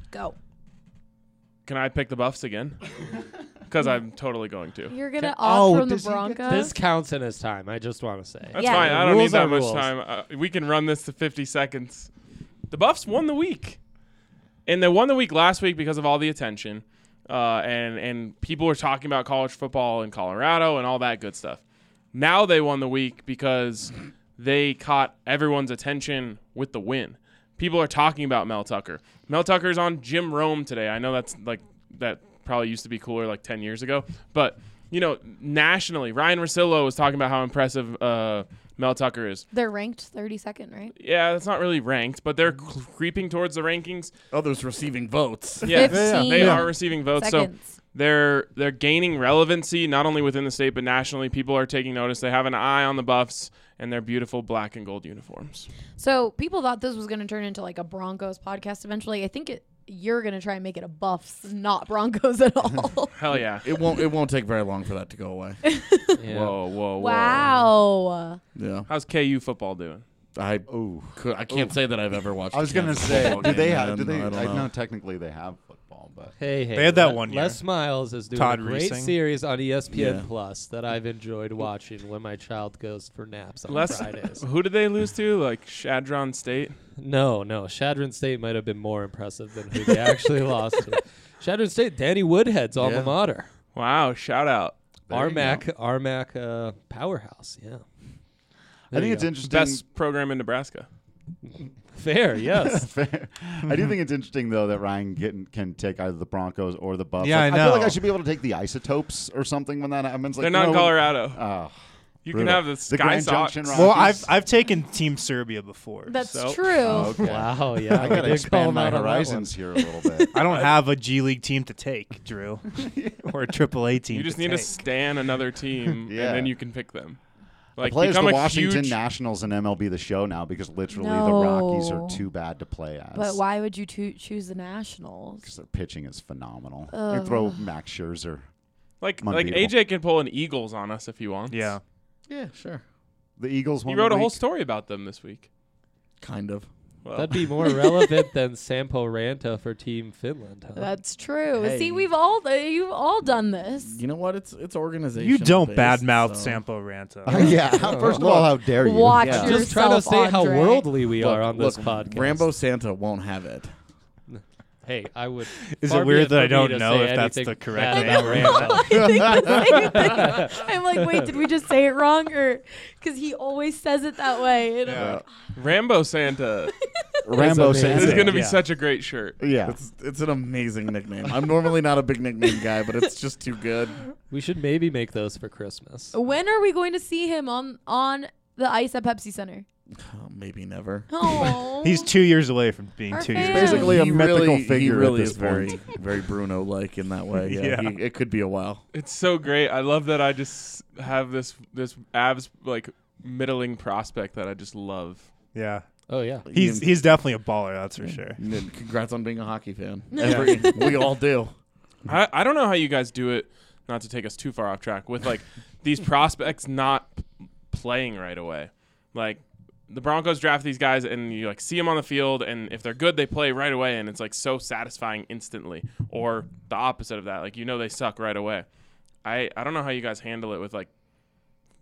[SPEAKER 3] Go.
[SPEAKER 8] Can I pick the Buffs again? Because I'm totally going to.
[SPEAKER 3] You're gonna
[SPEAKER 8] Can-
[SPEAKER 3] opt from the Broncos.
[SPEAKER 10] This counts in his time. I just want to say.
[SPEAKER 8] That's fine. I don't need
[SPEAKER 10] Rules
[SPEAKER 8] that
[SPEAKER 10] are
[SPEAKER 8] much
[SPEAKER 10] rules.
[SPEAKER 8] time. Uh, we can run this to 50 seconds. The Buffs won the week, and they won the week last week because of all the attention, uh, and and people were talking about college football in Colorado and all that good stuff. Now they won the week because they caught everyone's attention with the win. People are talking about Mel Tucker. Mel Tucker's on Jim Rome today. I know that's like that probably used to be cooler like 10 years ago, but you know, nationally, Ryan Rossillo was talking about how impressive uh, Mel Tucker is.
[SPEAKER 3] They're ranked 32nd, right?
[SPEAKER 8] Yeah, that's not really ranked, but they're cl- creeping towards the rankings.
[SPEAKER 2] Others receiving votes.
[SPEAKER 8] Yeah,
[SPEAKER 2] 15
[SPEAKER 8] they are receiving votes.
[SPEAKER 2] seconds.
[SPEAKER 8] So they're they're gaining relevancy not only within the state but nationally. People are taking notice. They have an eye on the Buffs and their beautiful black and gold uniforms.
[SPEAKER 3] So people thought this was gonna turn into like a Broncos podcast eventually. I think it, you're gonna try and make it a Buffs, not Broncos at all.
[SPEAKER 8] Hell yeah!
[SPEAKER 2] It won't. It won't take very long for that to go away.
[SPEAKER 8] Whoa, whoa, whoa!
[SPEAKER 3] wow.
[SPEAKER 2] Yeah.
[SPEAKER 8] How's KU football doing?
[SPEAKER 2] I could, I can't
[SPEAKER 8] Ooh.
[SPEAKER 2] say that I've ever watched.
[SPEAKER 9] I was
[SPEAKER 2] a
[SPEAKER 9] gonna
[SPEAKER 2] Kansas
[SPEAKER 9] say,
[SPEAKER 2] football
[SPEAKER 9] do they
[SPEAKER 2] game,
[SPEAKER 9] have?
[SPEAKER 2] man.
[SPEAKER 9] Do they?
[SPEAKER 2] I
[SPEAKER 9] I,
[SPEAKER 2] don't know.
[SPEAKER 9] know technically they have football, but
[SPEAKER 10] Hey, hey. Le- Les Miles is doing
[SPEAKER 7] Todd
[SPEAKER 10] a great
[SPEAKER 7] Reesing.
[SPEAKER 10] series on E ESPN
[SPEAKER 7] Yeah.
[SPEAKER 10] Plus that I've enjoyed watching when my child goes for naps on
[SPEAKER 8] Les-
[SPEAKER 10] Fridays.
[SPEAKER 8] who did they lose to? Like Shadron State.
[SPEAKER 10] No, no. Shadron State might have been more impressive than who they actually lost to. Shadron State, Danny Woodhead's alma
[SPEAKER 8] Yeah.
[SPEAKER 10] mater.
[SPEAKER 8] Wow! Shout out. There you
[SPEAKER 10] Armac, Armac uh, powerhouse. Yeah.
[SPEAKER 9] I
[SPEAKER 10] There you
[SPEAKER 9] think it's
[SPEAKER 10] go.
[SPEAKER 9] interesting.
[SPEAKER 8] Best program in Nebraska.
[SPEAKER 10] Fair, yes.
[SPEAKER 9] Fair. I do think it's interesting though that Ryan can, can take either the Broncos or the Buffs.
[SPEAKER 7] Yeah,
[SPEAKER 9] Like,
[SPEAKER 7] I
[SPEAKER 9] feel like
[SPEAKER 7] know.
[SPEAKER 9] I should be able to take the Isotopes or something when that happens. Like,
[SPEAKER 8] They're
[SPEAKER 9] you
[SPEAKER 8] not in
[SPEAKER 9] know,
[SPEAKER 8] Colorado.
[SPEAKER 9] Oh,
[SPEAKER 8] You can
[SPEAKER 9] brutal.
[SPEAKER 8] have the
[SPEAKER 9] the
[SPEAKER 8] Sky
[SPEAKER 9] Grand
[SPEAKER 8] Sox.
[SPEAKER 9] Junction.
[SPEAKER 7] Well,
[SPEAKER 9] Rockies. Oh,
[SPEAKER 7] I've I've taken Team Serbia before.
[SPEAKER 3] That's
[SPEAKER 7] so-
[SPEAKER 3] true.
[SPEAKER 8] oh,
[SPEAKER 10] Wow, yeah,
[SPEAKER 9] I gotta
[SPEAKER 10] we did call
[SPEAKER 9] expand
[SPEAKER 10] him
[SPEAKER 9] my
[SPEAKER 10] out on that
[SPEAKER 9] horizons here
[SPEAKER 10] one.
[SPEAKER 9] a little bit.
[SPEAKER 7] I don't have a G League team to take, Drew, or a Triple A team.
[SPEAKER 8] You just
[SPEAKER 7] to
[SPEAKER 8] need
[SPEAKER 7] take.
[SPEAKER 8] to stan another team,
[SPEAKER 9] Yeah.
[SPEAKER 8] and then you can pick them.
[SPEAKER 9] I
[SPEAKER 8] Like
[SPEAKER 9] play as
[SPEAKER 8] become
[SPEAKER 9] the
[SPEAKER 8] a
[SPEAKER 9] Washington
[SPEAKER 8] huge.
[SPEAKER 9] Nationals and MLB the Show now because literally
[SPEAKER 3] No.
[SPEAKER 9] the Rockies are too bad to play as.
[SPEAKER 3] But why would you to- choose the Nationals?
[SPEAKER 9] Because their pitching is phenomenal. You
[SPEAKER 3] Ugh.
[SPEAKER 9] throw Max Scherzer.
[SPEAKER 8] like
[SPEAKER 9] I'm
[SPEAKER 8] like
[SPEAKER 9] unbeatable.
[SPEAKER 8] AJ can pull an Eagles on us if he wants.
[SPEAKER 9] Yeah.
[SPEAKER 2] Yeah, sure.
[SPEAKER 9] The Eagles.
[SPEAKER 8] He
[SPEAKER 9] won
[SPEAKER 8] wrote
[SPEAKER 9] the
[SPEAKER 8] a whole
[SPEAKER 9] week.
[SPEAKER 8] story about them this week.
[SPEAKER 2] Kind of.
[SPEAKER 8] Well.
[SPEAKER 10] That'd be more relevant than Sampo Ranta for Team Finland. Huh?
[SPEAKER 3] That's true.
[SPEAKER 10] Hey.
[SPEAKER 3] See, we've all you've all done this.
[SPEAKER 2] You know what? It's it's organization.
[SPEAKER 7] You don't
[SPEAKER 2] based,
[SPEAKER 7] badmouth
[SPEAKER 2] so.
[SPEAKER 7] Sampo Ranta.
[SPEAKER 9] yeah. First of all, how dare you?
[SPEAKER 3] Watch
[SPEAKER 2] Yeah.
[SPEAKER 10] Just trying to
[SPEAKER 3] yourself,
[SPEAKER 10] say how
[SPEAKER 3] Andre.
[SPEAKER 10] worldly we
[SPEAKER 2] Look,
[SPEAKER 10] are on this
[SPEAKER 2] look,
[SPEAKER 10] podcast.
[SPEAKER 2] Rambo Santa won't have it.
[SPEAKER 10] Hey, I would.
[SPEAKER 7] Is
[SPEAKER 10] far
[SPEAKER 7] it
[SPEAKER 10] be
[SPEAKER 7] weird
[SPEAKER 10] for
[SPEAKER 7] that I
[SPEAKER 10] me
[SPEAKER 7] don't
[SPEAKER 10] to
[SPEAKER 7] know
[SPEAKER 10] say
[SPEAKER 7] if that's the
[SPEAKER 10] anything
[SPEAKER 7] correct
[SPEAKER 10] bad
[SPEAKER 7] name?
[SPEAKER 10] about Rambo.
[SPEAKER 3] I think the same thing. I'm like, wait, did we just say it wrong? Or because he always says it that way. And I'm like,
[SPEAKER 8] Rambo Santa.
[SPEAKER 2] Rambo Santa.
[SPEAKER 8] This is gonna be
[SPEAKER 2] Yeah.
[SPEAKER 8] such a great shirt.
[SPEAKER 2] It's, it's an amazing nickname. I'm normally not a big nickname guy, but it's just too good.
[SPEAKER 10] We should maybe make those for Christmas.
[SPEAKER 3] when are we going to see him on on The ice at Pepsi Center.
[SPEAKER 2] Oh, maybe never.
[SPEAKER 3] Oh.
[SPEAKER 7] He's two years away from being
[SPEAKER 3] Our
[SPEAKER 7] two
[SPEAKER 3] fans.
[SPEAKER 7] years.
[SPEAKER 3] He's basically a
[SPEAKER 2] He
[SPEAKER 9] mythical
[SPEAKER 2] really-
[SPEAKER 9] figure
[SPEAKER 2] He
[SPEAKER 9] at
[SPEAKER 2] really
[SPEAKER 9] this
[SPEAKER 2] is very,
[SPEAKER 9] point.
[SPEAKER 2] very Bruno-like in that way. Yeah,
[SPEAKER 8] Yeah.
[SPEAKER 2] He, it could be a while.
[SPEAKER 8] It's so great. I love that I just have this this abs like middling prospect that I just love.
[SPEAKER 7] Yeah.
[SPEAKER 10] Oh yeah.
[SPEAKER 7] He's he's definitely a baller. That's for sure.
[SPEAKER 2] And then congrats on being a hockey fan.
[SPEAKER 8] Yeah.
[SPEAKER 2] Every, we all do.
[SPEAKER 8] I, I don't know how you guys do it. Not to take us too far off track with like these prospects not p- playing right away. Like the Broncos draft these guys and you like see them on the field and if they're good they play right away and it's like so satisfying instantly or the opposite of that like you know they suck right away. I I don't know how you guys handle it with like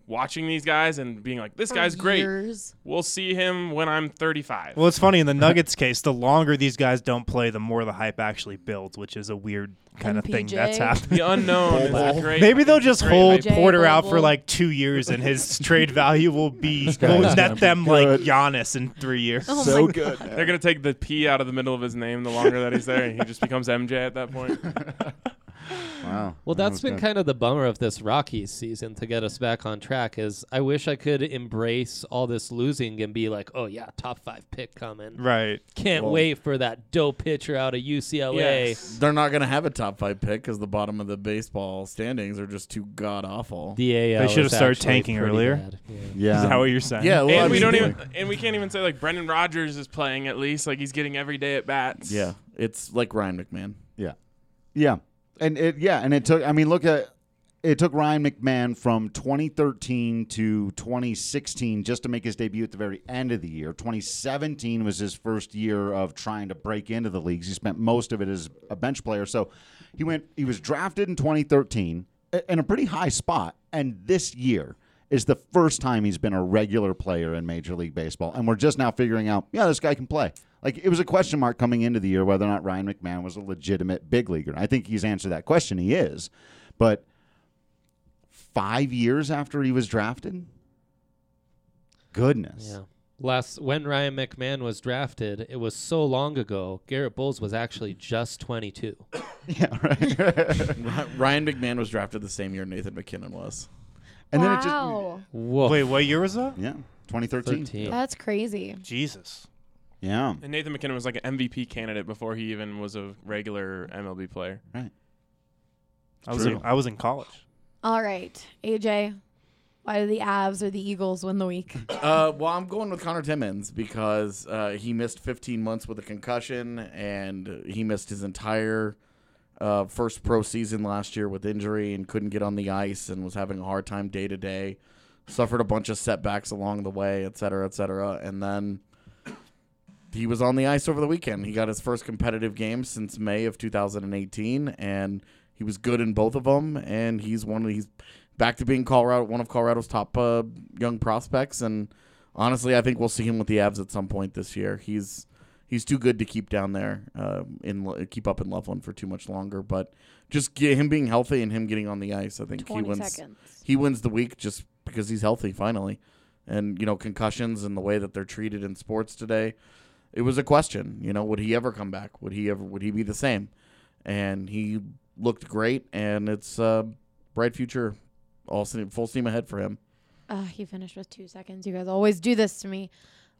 [SPEAKER 8] watching these guys and being like this
[SPEAKER 3] For
[SPEAKER 8] guy's great.
[SPEAKER 3] years.
[SPEAKER 8] We'll see him when I'm 35.
[SPEAKER 7] Well, it's funny in the Nuggets case. The longer these guys don't play, the more the hype actually builds, which is a weird kind of thing that's
[SPEAKER 8] NPJ.
[SPEAKER 7] happening.
[SPEAKER 8] The unknown is a great-
[SPEAKER 7] Maybe they'll just
[SPEAKER 8] great
[SPEAKER 7] hold
[SPEAKER 8] hype.
[SPEAKER 7] Porter out for
[SPEAKER 8] Bubble.
[SPEAKER 7] like two years, and his trade value will be
[SPEAKER 8] guy
[SPEAKER 7] will
[SPEAKER 8] is gonna
[SPEAKER 7] net
[SPEAKER 8] be
[SPEAKER 7] them like
[SPEAKER 8] good.
[SPEAKER 7] Giannis in three years.
[SPEAKER 2] Oh
[SPEAKER 3] Oh
[SPEAKER 8] They're gonna take the P out of the middle of his name the longer that he's there, and he just becomes MJ at that point.
[SPEAKER 9] Wow.
[SPEAKER 10] Well,
[SPEAKER 9] That
[SPEAKER 10] that's
[SPEAKER 9] was
[SPEAKER 10] been
[SPEAKER 9] good.
[SPEAKER 10] kind of the bummer of this Rockies season to get us back on track is I wish I could embrace all this losing and be like, oh yeah, top five pick coming.
[SPEAKER 7] Right.
[SPEAKER 10] Can't
[SPEAKER 2] Well-
[SPEAKER 10] wait for that dope pitcher out of UCLA.
[SPEAKER 2] They're not going to have a top five pick because the bottom of the baseball standings are just too god awful.
[SPEAKER 10] The AL They should is have started actually tanking pretty earlier. bad. Yeah. Is that
[SPEAKER 9] Um,
[SPEAKER 10] what you're saying?
[SPEAKER 2] Yeah, well, I
[SPEAKER 8] and we
[SPEAKER 2] mean-
[SPEAKER 8] don't even, and we can't even say like Brendan Rodgers is playing at least, like he's getting every day at bats.
[SPEAKER 2] Yeah, it's like Ryan McMahon.
[SPEAKER 9] Yeah. Yeah. And it yeah, and it took I mean look at it took Ryan McMahon from 2013 to 2016 just to make his debut at the very end of the year. 2017 was his first year of trying to break into the leagues. He spent most of it as a bench player. So he went he was drafted in 2013 i- in a pretty high spot and this year is the first time he's been a regular player in Major League Baseball, and we're just now figuring out, yeah, this guy can play. Like it was a question mark coming into the year whether or not Ryan McMahon was a legitimate big leaguer. I think he's answered that question. He is, but five years after he was drafted, goodness,
[SPEAKER 10] Yeah. Last when Ryan McMahon was drafted, it was so long ago. Garrett Bowles was actually just 22.
[SPEAKER 9] yeah, right.
[SPEAKER 2] Ryan McMahon was drafted the same year Nathan McKinnon was.
[SPEAKER 9] And
[SPEAKER 3] then it just- Wow.
[SPEAKER 2] Whoa.
[SPEAKER 7] Wait, what year was that?
[SPEAKER 9] Yeah, 2013.
[SPEAKER 3] That's crazy.
[SPEAKER 7] Jesus.
[SPEAKER 9] Yeah.
[SPEAKER 8] And Nathan McKinnon was like an MVP candidate before he even was a regular MLB player.
[SPEAKER 9] Right.
[SPEAKER 7] I was in, I was in college.
[SPEAKER 3] All right, AJ. Why do the Avs or the Eagles win the week?
[SPEAKER 2] Uh, well, I'm going with Connor Timmins because uh, he missed 15 months with a concussion, and he missed his entire uh, first pro season last year with injury and couldn't get on the ice and was having a hard time day to day. Suffered a bunch of setbacks along the way, et cetera, et cetera, and then he was on the ice over the weekend. He got his first competitive game since May of 2018, and he was good in both of them. And he's one of he's back to being Colorado, one of Colorado's top uh, young prospects. And honestly, I think we'll see him with the Avs at some point this year. He's he's too good to keep down there uh, in Lo- keep up in Loveland for too much longer. But just get him being healthy and him getting on the ice, I think he
[SPEAKER 3] 20
[SPEAKER 2] wins.
[SPEAKER 3] seconds.
[SPEAKER 2] He wins the week just because he's healthy finally, and you know concussions and the way that they're treated in sports today it was a question. You know, would he ever come back? Would he ever? Would he be the same? And he looked great, and it's a bright future, all steam, full steam ahead for him.
[SPEAKER 3] Uh, he finished with two seconds. You guys always do this to me.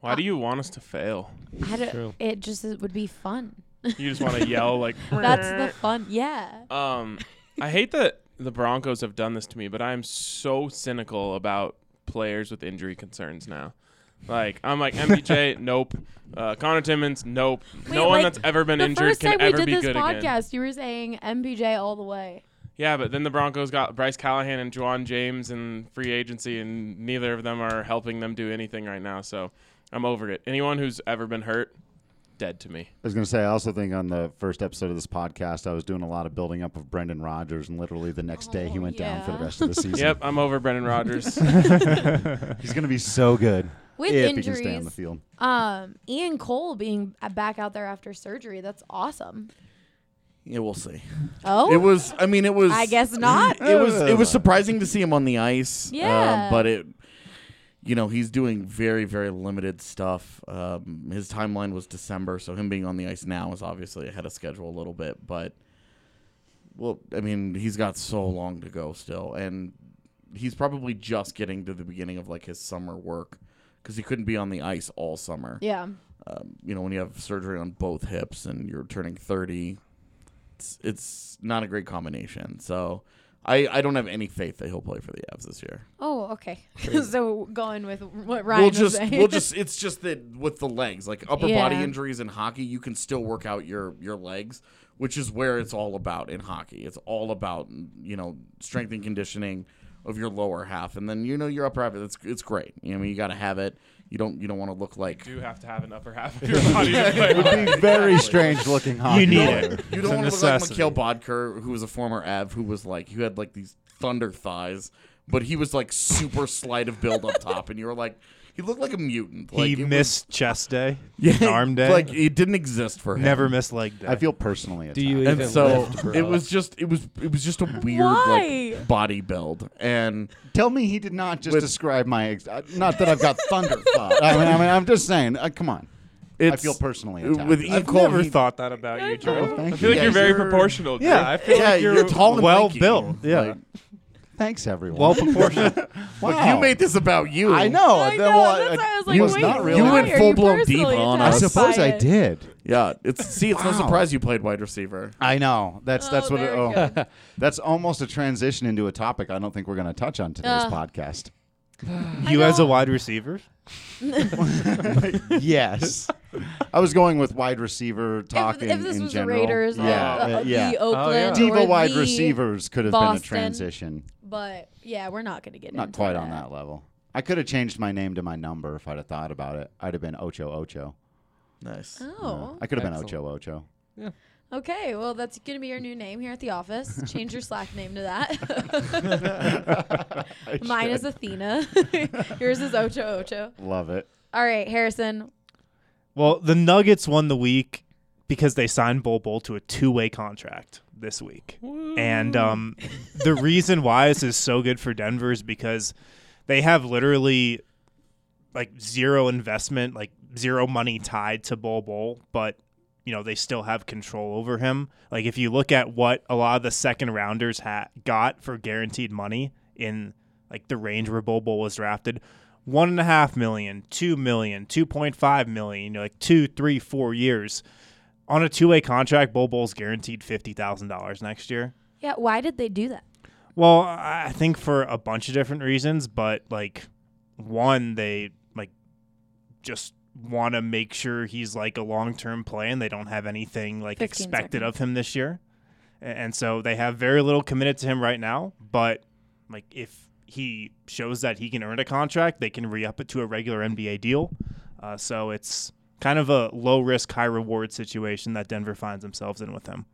[SPEAKER 8] Why do you want us to fail?
[SPEAKER 3] I don't- It just it would be fun.
[SPEAKER 8] You just want to yell like
[SPEAKER 3] That's the fun. Yeah.
[SPEAKER 8] Um, I hate that the Broncos have done this to me, but I'm so cynical about players with injury concerns now. Like I'm like MBJ, nope. Uh, Connor Timmins, nope. no
[SPEAKER 3] Wait,
[SPEAKER 8] one
[SPEAKER 3] like,
[SPEAKER 8] that's ever been
[SPEAKER 3] the
[SPEAKER 8] injured
[SPEAKER 3] first
[SPEAKER 8] can
[SPEAKER 3] time
[SPEAKER 8] ever
[SPEAKER 3] we did
[SPEAKER 8] be
[SPEAKER 3] this
[SPEAKER 8] good again.
[SPEAKER 3] podcast, you were saying MBJ all the way.
[SPEAKER 8] Yeah, but then the Broncos got Bryce Callahan and Juwan James in free agency, and neither of them are helping them do anything right now. So I'm over it. Anyone who's ever been hurt, dead to me.
[SPEAKER 9] I was going to say, I also think on the first episode of this podcast, I was doing a lot of building up of Brendan Rodgers, and literally the next day
[SPEAKER 3] Oh,
[SPEAKER 9] he went down for the rest of the season.
[SPEAKER 8] Yep, I'm over Brendan Rodgers.
[SPEAKER 9] He's going to be so good
[SPEAKER 3] With
[SPEAKER 9] if
[SPEAKER 3] injuries,
[SPEAKER 9] he can stay on the field.
[SPEAKER 3] um, Ian Cole being uh, back out there after surgery. That's awesome.
[SPEAKER 2] Yeah, we'll see.
[SPEAKER 3] Oh?
[SPEAKER 2] it was. I mean, it was.
[SPEAKER 3] I guess not.
[SPEAKER 2] It was. It was surprising to see him on the ice. uh,
[SPEAKER 3] Yeah.
[SPEAKER 2] but it. You know he's doing very very limited stuff. Um, his timeline was December, so him being on the ice now is obviously ahead of schedule a little bit. But well, I mean he's got so long to go still, and he's probably just getting to the beginning of like his summer work because he couldn't be on the ice all summer.
[SPEAKER 3] Yeah.
[SPEAKER 2] Um, you know, when you have surgery on both hips and you're turning 30, it's, it's not a great combination. So I, I don't have any faith that he'll play for the Avs this year.
[SPEAKER 3] Oh, okay.
[SPEAKER 2] Crazy.
[SPEAKER 3] so going with what Ryan
[SPEAKER 2] we'll
[SPEAKER 3] was
[SPEAKER 2] just
[SPEAKER 3] saying.
[SPEAKER 2] we'll just it's just that with the legs, like upper body
[SPEAKER 3] Yeah.
[SPEAKER 2] injuries in hockey, you can still work out your your legs, which is where it's all about in hockey. It's all about you know strength and conditioning of your lower half, and then you know your upper half. It's it's great. You know, I mean, you got to have it. You don't you don't want to look like
[SPEAKER 8] You do have to have an upper half of your body. to play
[SPEAKER 2] It would
[SPEAKER 8] hockey.
[SPEAKER 9] be very strange looking hockey
[SPEAKER 2] You
[SPEAKER 9] player.
[SPEAKER 2] don't- You
[SPEAKER 9] It's a
[SPEAKER 2] don't want to look like
[SPEAKER 9] necessity.
[SPEAKER 2] Mikhail Bodker, who was a former Av, who was like, who had like these thunder thighs, but he was like super slight of build up top, and you were like, he looked like a mutant. Like,
[SPEAKER 7] he
[SPEAKER 2] it was-
[SPEAKER 7] missed chest day,
[SPEAKER 2] Yeah,
[SPEAKER 7] arm day.
[SPEAKER 2] like, it didn't exist for him.
[SPEAKER 7] Never missed leg day.
[SPEAKER 9] I feel personally
[SPEAKER 7] Do
[SPEAKER 9] attacked.
[SPEAKER 7] you even
[SPEAKER 2] and so
[SPEAKER 7] lift, bro?
[SPEAKER 2] it was just it was it was just a weird
[SPEAKER 9] Why?
[SPEAKER 2] like body build and
[SPEAKER 9] tell me he did not just describe my ex- uh, not that I've got thunder thought. I mean, I mean I'm just saying. Uh, come on, I
[SPEAKER 2] It's-
[SPEAKER 9] feel personally
[SPEAKER 2] with
[SPEAKER 9] attacked.
[SPEAKER 2] E Ian I've Cole, never he-
[SPEAKER 8] thought that about you, Drew.
[SPEAKER 9] thank
[SPEAKER 8] I feel like
[SPEAKER 9] you.
[SPEAKER 8] you're very
[SPEAKER 9] You're-
[SPEAKER 8] proportional. Drew.
[SPEAKER 9] Yeah, I feel Yeah, like you're you're tall and well lanky. built. Yeah.
[SPEAKER 2] Like,
[SPEAKER 9] Thanks everyone.
[SPEAKER 2] Well proportioned. Look, you made this about you.
[SPEAKER 9] I know. I know, well, that's why I was like,
[SPEAKER 2] you,
[SPEAKER 9] was wait, not really-
[SPEAKER 2] you
[SPEAKER 9] why
[SPEAKER 2] went
[SPEAKER 9] are you
[SPEAKER 2] full blown
[SPEAKER 9] personally
[SPEAKER 2] deep on
[SPEAKER 9] attacked
[SPEAKER 2] us.
[SPEAKER 9] I suppose by I it? did.
[SPEAKER 2] Yeah. It's see, it's no
[SPEAKER 9] Wow.
[SPEAKER 2] surprise you played wide receiver.
[SPEAKER 9] I know. That's that's what. It,
[SPEAKER 2] we
[SPEAKER 9] oh, that's almost a transition into a topic I don't think we're going to touch on today's
[SPEAKER 7] Uh.
[SPEAKER 9] podcast.
[SPEAKER 7] you as a wide receiver.
[SPEAKER 9] yes, I was going with wide receiver talk
[SPEAKER 3] if
[SPEAKER 9] in,
[SPEAKER 3] this
[SPEAKER 9] in
[SPEAKER 3] was the
[SPEAKER 9] general.
[SPEAKER 3] Raiders or
[SPEAKER 9] yeah,
[SPEAKER 3] the-
[SPEAKER 9] uh,
[SPEAKER 3] the
[SPEAKER 9] yeah.
[SPEAKER 3] Oakland
[SPEAKER 9] diva
[SPEAKER 3] or
[SPEAKER 9] wide
[SPEAKER 3] the
[SPEAKER 9] receivers could have been a
[SPEAKER 3] Boston.
[SPEAKER 9] transition.
[SPEAKER 3] But yeah, we're not going to get
[SPEAKER 9] Not
[SPEAKER 3] into
[SPEAKER 9] quite
[SPEAKER 3] that.
[SPEAKER 9] on that level. I could have changed my name to my number if I'd have thought about it. I'd have been Ocho Ocho.
[SPEAKER 2] Nice.
[SPEAKER 3] Oh.
[SPEAKER 9] I could have been Ocho
[SPEAKER 2] Excellent.
[SPEAKER 9] Ocho.
[SPEAKER 3] Okay, well, that's going to be your new name here at the office. Change your Slack name to that.
[SPEAKER 9] I
[SPEAKER 3] Mine is
[SPEAKER 9] should.
[SPEAKER 3] Athena. Yours is Ocho Ocho.
[SPEAKER 9] Love it.
[SPEAKER 3] All right, Harrison.
[SPEAKER 7] Well, the Nuggets won the week because they signed Bol Bol to a two-way contract this week, and um, the reason why this is so good for Denver is because they have literally like zero investment, like zero money tied to Bol Bol, but you know they still have control over him. Like if you look at what a lot of the second rounders ha- got for guaranteed money in like the range where Bol Bol was drafted, one and a half million, two million, two point five million, you know, like two, three, four years. On a two-way contract, Bol Bol's guaranteed fifty thousand dollars next year.
[SPEAKER 3] Yeah, why did they do that?
[SPEAKER 7] Well, I I think for a bunch of different reasons, but like one, they like just want to make sure he's like a long-term plan. They don't have anything like
[SPEAKER 8] 15
[SPEAKER 7] expected
[SPEAKER 8] seconds.
[SPEAKER 7] of him this year. A- And so they have very little committed to him right now, but like if he shows that he can earn a contract, they can re-up it to a regular NBA deal. Uh, so it's kind of a low-risk, high-reward situation that Denver finds themselves in with him.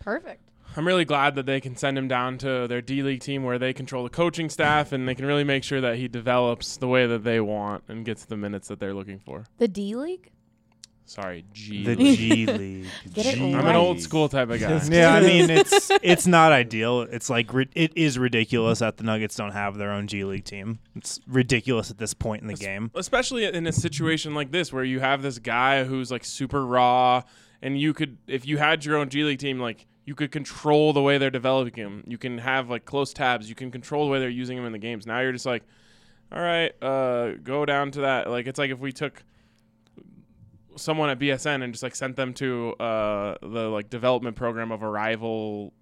[SPEAKER 3] Perfect.
[SPEAKER 8] I'm really glad that they can send him down to their D League team where they control the coaching staff and they can really make sure that he develops the way that they want and gets the minutes that they're looking for.
[SPEAKER 3] The D League?
[SPEAKER 8] Sorry, G.
[SPEAKER 7] The G League.
[SPEAKER 3] Get it
[SPEAKER 8] I'm an
[SPEAKER 7] right.
[SPEAKER 8] old school type of guy.
[SPEAKER 7] yeah, I mean it's it's not ideal. It's like ri- it is ridiculous that the Nuggets don't have their own G League team. It's ridiculous at this point in the game.
[SPEAKER 8] especially in a situation like this where you have this guy who's like super raw and you could if you had your own G League team like you could control the way they're developing him. You can have like close tabs. You can control the way they're using him in the games. Now you're just like all right, uh go down to that like it's like if we took someone at BSN and just like sent them to uh the like development program of a rival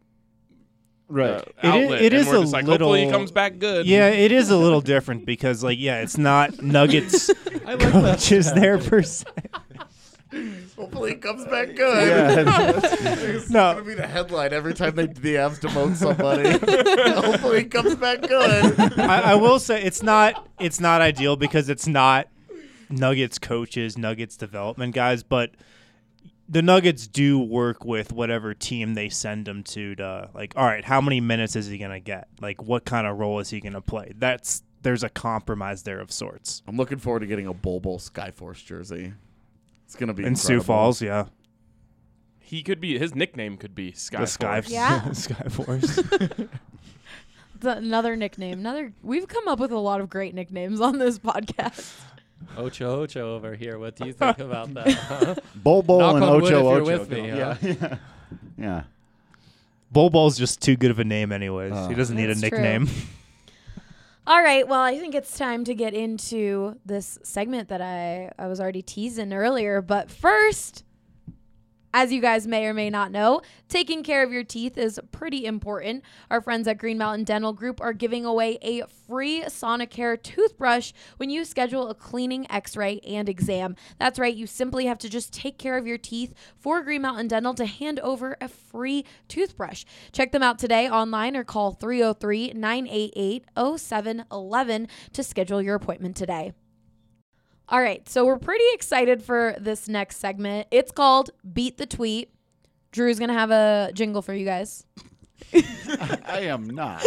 [SPEAKER 9] Right.
[SPEAKER 8] uh,
[SPEAKER 7] It i-
[SPEAKER 8] outlet,
[SPEAKER 7] it
[SPEAKER 8] and
[SPEAKER 7] is
[SPEAKER 8] we're
[SPEAKER 7] a
[SPEAKER 8] just like,
[SPEAKER 7] little.
[SPEAKER 8] hopefully he comes back good.
[SPEAKER 7] Yeah, it is a little different because like yeah, it's not Nuggets coaches there per se.
[SPEAKER 2] Hopefully it comes back good.
[SPEAKER 7] Yeah.
[SPEAKER 2] it's
[SPEAKER 7] No.
[SPEAKER 2] gonna be the headline every time they the Avs demote somebody. Hopefully it comes back good.
[SPEAKER 7] I, I will say it's not it's not ideal because it's not Nuggets coaches, Nuggets development guys, but the Nuggets do work with whatever team they send him to to like, all right, how many minutes is he gonna get? Like what kind of role is he gonna play? That's there's a compromise there of sorts.
[SPEAKER 2] I'm looking forward to getting a Bull Bull Skyforce jersey. It's gonna be
[SPEAKER 7] In Sioux
[SPEAKER 2] incredible.
[SPEAKER 7] Falls, yeah.
[SPEAKER 8] He could be his nickname could be Sky
[SPEAKER 7] The Sky
[SPEAKER 8] Force.
[SPEAKER 3] Yeah.
[SPEAKER 7] Skyforce.
[SPEAKER 3] Th- another nickname. Another. We've come up with a lot of great nicknames on this podcast.
[SPEAKER 10] Ocho Ocho over here. What do you think about that? huh?
[SPEAKER 9] Bol Bol
[SPEAKER 10] Knock
[SPEAKER 9] and
[SPEAKER 10] on wood
[SPEAKER 9] Ocho
[SPEAKER 10] if you're
[SPEAKER 9] Ocho.
[SPEAKER 10] with me,
[SPEAKER 9] yeah.
[SPEAKER 10] huh?
[SPEAKER 9] yeah. Yeah.
[SPEAKER 7] Bol Bol's just too good of a name anyways.
[SPEAKER 9] Oh.
[SPEAKER 7] he doesn't need a
[SPEAKER 3] That's true.
[SPEAKER 7] nickname.
[SPEAKER 3] All right. Well, I think it's time to get into this segment that I, I was already teasing earlier. But first, as you guys may or may not know, taking care of your teeth is pretty important. Our friends at Green Mountain Dental Group are giving away a free Sonicare toothbrush when you schedule a cleaning, x ray, and exam. That's right, you simply have to just take care of your teeth for Green Mountain Dental to hand over a free toothbrush. Check them out today online or call 303 988 0711 to schedule your appointment today. All right, so we're pretty excited for this next segment. It's called Beat the Tweet. Drew's gonna have a jingle for you guys.
[SPEAKER 9] I am not.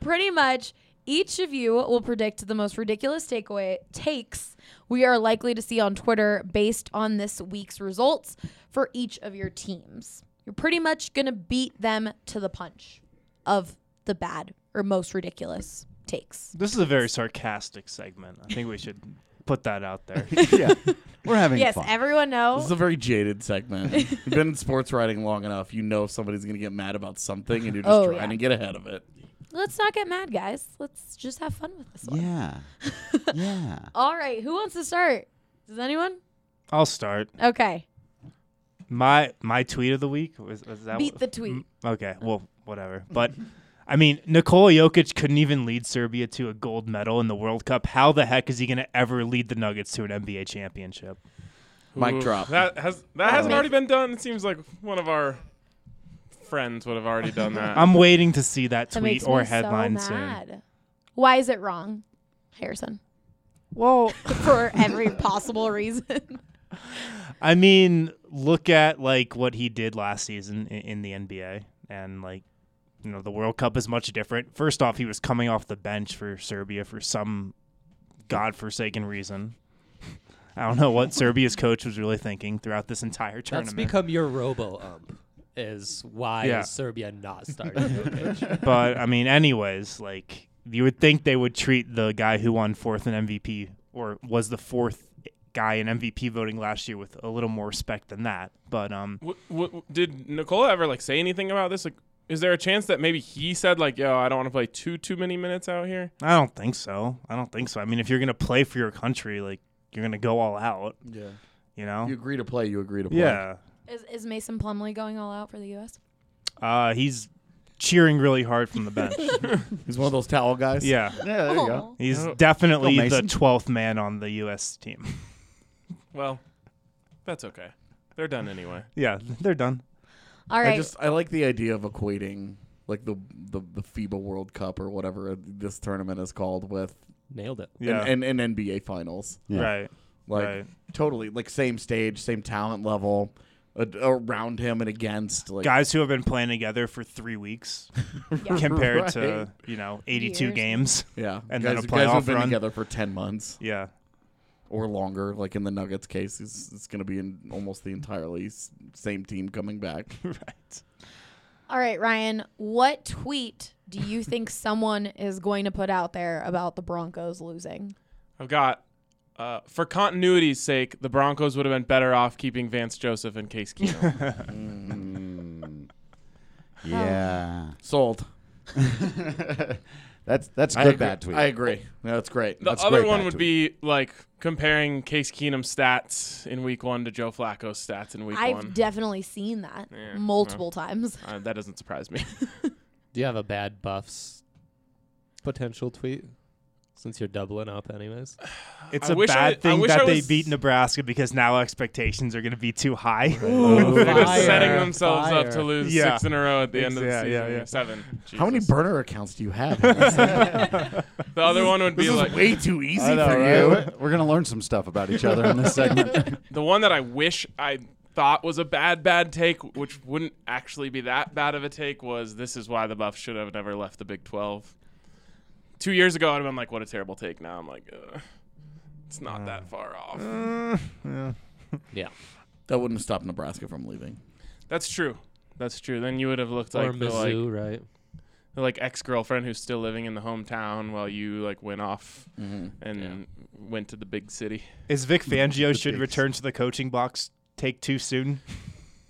[SPEAKER 3] Pretty much, each of you will predict the most ridiculous takeaway takes we are likely to see on Twitter based on this week's results for each of your teams. You're pretty much gonna beat them to the punch of the bad or most ridiculous takes.
[SPEAKER 7] This is a very sarcastic segment. I think we should put that out there.
[SPEAKER 2] yeah,
[SPEAKER 9] we're having
[SPEAKER 3] yes, everyone
[SPEAKER 2] This
[SPEAKER 3] knows.
[SPEAKER 2] is a very jaded segment. You've been in sports writing long enough. You know somebody's going to get mad about something, and you're just
[SPEAKER 3] Oh,
[SPEAKER 2] trying
[SPEAKER 3] yeah.
[SPEAKER 2] to get ahead of it.
[SPEAKER 3] Let's not get mad, guys. Let's just have fun with this one.
[SPEAKER 9] Yeah. yeah.
[SPEAKER 3] All right, who wants to start? Does anyone?
[SPEAKER 7] I'll start.
[SPEAKER 3] Okay.
[SPEAKER 7] My my tweet of the week was, was that
[SPEAKER 3] Beat
[SPEAKER 7] what-
[SPEAKER 3] the tweet.
[SPEAKER 7] Mm, Okay, well, whatever. But I mean, Nikola Jokic couldn't even lead Serbia to a gold medal in the World Cup. How the heck is he going to ever lead the Nuggets to an NBA championship?
[SPEAKER 2] Mic
[SPEAKER 8] Oof.
[SPEAKER 2] drop.
[SPEAKER 8] That has that hasn't already been done. It seems like one of our friends would have already done that.
[SPEAKER 7] I'm waiting to see that
[SPEAKER 3] That
[SPEAKER 7] tweet
[SPEAKER 3] makes
[SPEAKER 7] or
[SPEAKER 3] me
[SPEAKER 7] headline
[SPEAKER 3] so
[SPEAKER 7] soon.
[SPEAKER 3] mad. Why is it wrong, Harrison?
[SPEAKER 7] Well,
[SPEAKER 3] for every possible reason.
[SPEAKER 7] I mean, look at like what he did last season in, in the NBA, and like you know the World Cup is much different. First off, he was coming off the bench for Serbia for some godforsaken reason. I don't know what Serbia's coach was really thinking throughout this entire
[SPEAKER 10] That's
[SPEAKER 7] tournament.
[SPEAKER 10] become your robo ump. Is why
[SPEAKER 7] Yeah.
[SPEAKER 10] is Serbia not starting Jokic?
[SPEAKER 7] but I mean, anyways, like you would think they would treat the guy who won fourth in MVP or was the fourth guy in MVP voting last year with a little more respect than that. But um,
[SPEAKER 8] W- w- did Nicola ever like say anything about this? Like, is there a chance that maybe he said like, "Yo, I don't want to play too too many minutes out here"?
[SPEAKER 7] I don't think so. I don't think so. I mean, if you're gonna play for your country, like you're gonna go all out.
[SPEAKER 2] Yeah.
[SPEAKER 7] You know.
[SPEAKER 2] You agree to play. You agree to play.
[SPEAKER 7] yeah.
[SPEAKER 3] is, is Mason Plumley going all out for the U.S.?
[SPEAKER 7] Uh, he's cheering really hard from the bench.
[SPEAKER 2] He's one of those towel guys.
[SPEAKER 7] yeah.
[SPEAKER 9] Yeah, there you go.
[SPEAKER 3] Aw.
[SPEAKER 7] He's
[SPEAKER 8] Go
[SPEAKER 7] definitely the
[SPEAKER 9] Mason.
[SPEAKER 7] twelfth man on the U.S. team.
[SPEAKER 8] Well, that's okay. They're done anyway.
[SPEAKER 7] yeah, they're done.
[SPEAKER 3] All right.
[SPEAKER 2] I just I like the idea of equating like the the, the FIBA World Cup or whatever this tournament is called with
[SPEAKER 10] Nailed it.
[SPEAKER 7] Yeah.
[SPEAKER 2] and, and, and NBA Finals.
[SPEAKER 9] Yeah.
[SPEAKER 7] Right.
[SPEAKER 2] Like
[SPEAKER 7] Right.
[SPEAKER 2] totally like same stage, same talent level uh, around him and against like
[SPEAKER 7] Guys who have been playing together for three weeks compared to you know eighty-two
[SPEAKER 3] Years.
[SPEAKER 7] games.
[SPEAKER 2] yeah,
[SPEAKER 7] and then
[SPEAKER 2] guys,
[SPEAKER 7] a
[SPEAKER 2] guys
[SPEAKER 7] playoff
[SPEAKER 2] who've been
[SPEAKER 7] run.
[SPEAKER 2] together for ten months
[SPEAKER 7] Yeah.
[SPEAKER 2] or longer. Like in the Nuggets case, it's, it's going to be in almost the entirely s- same team coming back.
[SPEAKER 7] right.
[SPEAKER 3] all right, Ryan. What tweet do you think someone is going to put out there about the Broncos losing?
[SPEAKER 8] I've got. Uh, for continuity's sake, the Broncos would have been better off keeping Vance Joseph and Case Keenum.
[SPEAKER 9] Mm. Yeah.
[SPEAKER 2] Sold.
[SPEAKER 9] that's that's
[SPEAKER 2] I
[SPEAKER 9] good
[SPEAKER 2] agree.
[SPEAKER 9] bad tweet.
[SPEAKER 2] I agree. That's great.
[SPEAKER 8] the
[SPEAKER 2] That's
[SPEAKER 8] other
[SPEAKER 2] great
[SPEAKER 8] one
[SPEAKER 2] bad
[SPEAKER 8] would
[SPEAKER 2] tweet.
[SPEAKER 8] be like comparing Case Keenum's stats in Week One to Joe Flacco's stats in Week
[SPEAKER 3] I've
[SPEAKER 8] One.
[SPEAKER 3] definitely seen that
[SPEAKER 8] Yeah,
[SPEAKER 3] multiple times.
[SPEAKER 8] uh, that doesn't surprise me.
[SPEAKER 10] Do you have a bad buffs potential tweet? Since you're doubling up, anyways.
[SPEAKER 7] It's
[SPEAKER 8] I
[SPEAKER 7] a
[SPEAKER 8] wish I-
[SPEAKER 7] bad
[SPEAKER 8] I
[SPEAKER 7] thing
[SPEAKER 8] wish
[SPEAKER 7] that
[SPEAKER 8] I
[SPEAKER 7] they
[SPEAKER 8] was-
[SPEAKER 7] beat Nebraska because now expectations are going to be too high.
[SPEAKER 8] They're
[SPEAKER 10] Fire,
[SPEAKER 8] just setting themselves up to
[SPEAKER 10] fire.
[SPEAKER 8] lose
[SPEAKER 7] Yeah.
[SPEAKER 8] six in a row at the end of the
[SPEAKER 7] Yeah,
[SPEAKER 8] season.
[SPEAKER 7] yeah, yeah.
[SPEAKER 8] Seven.
[SPEAKER 2] How many
[SPEAKER 8] Jesus.
[SPEAKER 2] burner accounts do you have? This
[SPEAKER 8] The other one would be
[SPEAKER 2] is
[SPEAKER 8] like
[SPEAKER 2] way too easy
[SPEAKER 9] I know,
[SPEAKER 2] for
[SPEAKER 9] right?
[SPEAKER 2] you.
[SPEAKER 9] We're- We're gonna learn some stuff about each other in this segment.
[SPEAKER 8] the one that I wish I thought was a bad bad take, which wouldn't actually be that bad of a take, was this is why the Buffs should have never left the Big Twelve. Two years ago, I'd have been like, "What a terrible take." Now I'm like, Ugh, "It's not
[SPEAKER 7] Uh.
[SPEAKER 8] that far off."
[SPEAKER 10] Yeah.
[SPEAKER 2] That wouldn't stop Nebraska from leaving.
[SPEAKER 8] That's true. That's true. Then you would have looked
[SPEAKER 10] or
[SPEAKER 8] like the,
[SPEAKER 10] Mizzou,
[SPEAKER 8] like
[SPEAKER 10] right?
[SPEAKER 8] the like ex girlfriend who's still living in the hometown while you like went off
[SPEAKER 2] Mm-hmm.
[SPEAKER 8] and went to the big city.
[SPEAKER 7] Is Vic Fangio should return to the coaching box take too soon?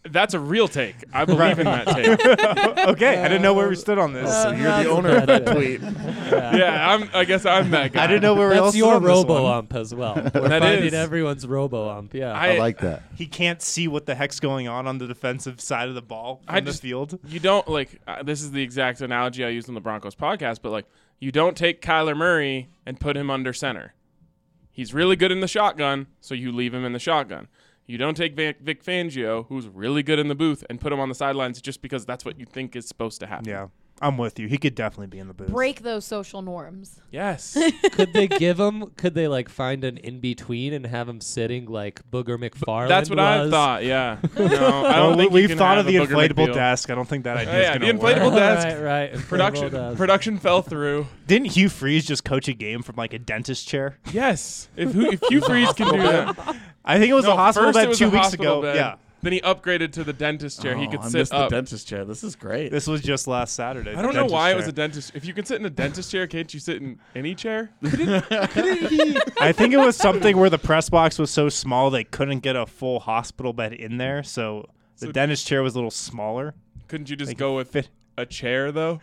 [SPEAKER 8] That's a real take. I believe in that take.
[SPEAKER 7] Okay, I didn't know where we stood on this.
[SPEAKER 9] Uh,
[SPEAKER 2] So you're the owner of that tweet.
[SPEAKER 8] yeah, I'm, I guess I'm that guy.
[SPEAKER 10] I didn't know where we That's all stood your on this one. robo-omp as well. We're
[SPEAKER 8] That
[SPEAKER 10] finding
[SPEAKER 8] is.
[SPEAKER 10] everyone's robo-omp, yeah.
[SPEAKER 7] He can't see what the heck's going on on the defensive side of the ball on
[SPEAKER 8] I
[SPEAKER 7] the
[SPEAKER 8] just-
[SPEAKER 7] field.
[SPEAKER 8] You don't like. Uh, this is the exact analogy I used on the Broncos podcast, but like, you don't take Kyler Murray and put him under center. He's really good in the shotgun, so you leave him in the shotgun. You don't take Vic, Vic Fangio, who's really good in the booth, and put him on the sidelines just because that's what you think is supposed to happen.
[SPEAKER 7] Yeah, I'm with you. He could definitely be in the booth.
[SPEAKER 3] Break those social norms.
[SPEAKER 8] Yes.
[SPEAKER 10] could they give him? Could they like find an in between and have him sitting like Booger McFarland?
[SPEAKER 8] That's what I
[SPEAKER 10] was?
[SPEAKER 8] thought. Yeah. No, I don't
[SPEAKER 7] we-
[SPEAKER 8] think you
[SPEAKER 7] we've
[SPEAKER 8] can
[SPEAKER 7] thought
[SPEAKER 8] have
[SPEAKER 7] of
[SPEAKER 8] a
[SPEAKER 7] the
[SPEAKER 8] Booger
[SPEAKER 7] inflatable
[SPEAKER 8] McBeal.
[SPEAKER 7] desk. I don't think that
[SPEAKER 8] Oh,
[SPEAKER 7] idea is
[SPEAKER 8] yeah,
[SPEAKER 7] gonna
[SPEAKER 8] the inflatable
[SPEAKER 7] work.
[SPEAKER 8] desk.
[SPEAKER 10] Right, right, inflatable
[SPEAKER 8] Production
[SPEAKER 10] desk.
[SPEAKER 8] production fell through.
[SPEAKER 7] Didn't Hugh Freeze just coach a game from like a dentist chair?
[SPEAKER 8] Yes. If who, if Hugh Freeze can do that,
[SPEAKER 7] I think it was
[SPEAKER 8] No,
[SPEAKER 7] a hospital
[SPEAKER 8] first
[SPEAKER 7] bed
[SPEAKER 8] it was
[SPEAKER 7] two
[SPEAKER 8] a
[SPEAKER 7] weeks
[SPEAKER 8] hospital
[SPEAKER 7] ago.
[SPEAKER 8] bed.
[SPEAKER 7] Yeah,
[SPEAKER 8] Then he upgraded to the dentist chair. he
[SPEAKER 2] Oh,
[SPEAKER 8] could
[SPEAKER 2] I
[SPEAKER 8] sit
[SPEAKER 2] missed
[SPEAKER 8] up.
[SPEAKER 2] the dentist chair. This is great.
[SPEAKER 7] this was just last Saturday.
[SPEAKER 8] I
[SPEAKER 7] the
[SPEAKER 8] don't know
[SPEAKER 7] dentist
[SPEAKER 8] why it was
[SPEAKER 7] chair.
[SPEAKER 8] a dentist. If you can sit in a dentist chair, can't you sit in any chair?
[SPEAKER 7] I think it was something where the press box was so small they couldn't get a full hospital bed in there, so the
[SPEAKER 8] So-
[SPEAKER 7] dentist chair was a little smaller.
[SPEAKER 8] Couldn't you just go with a chair though?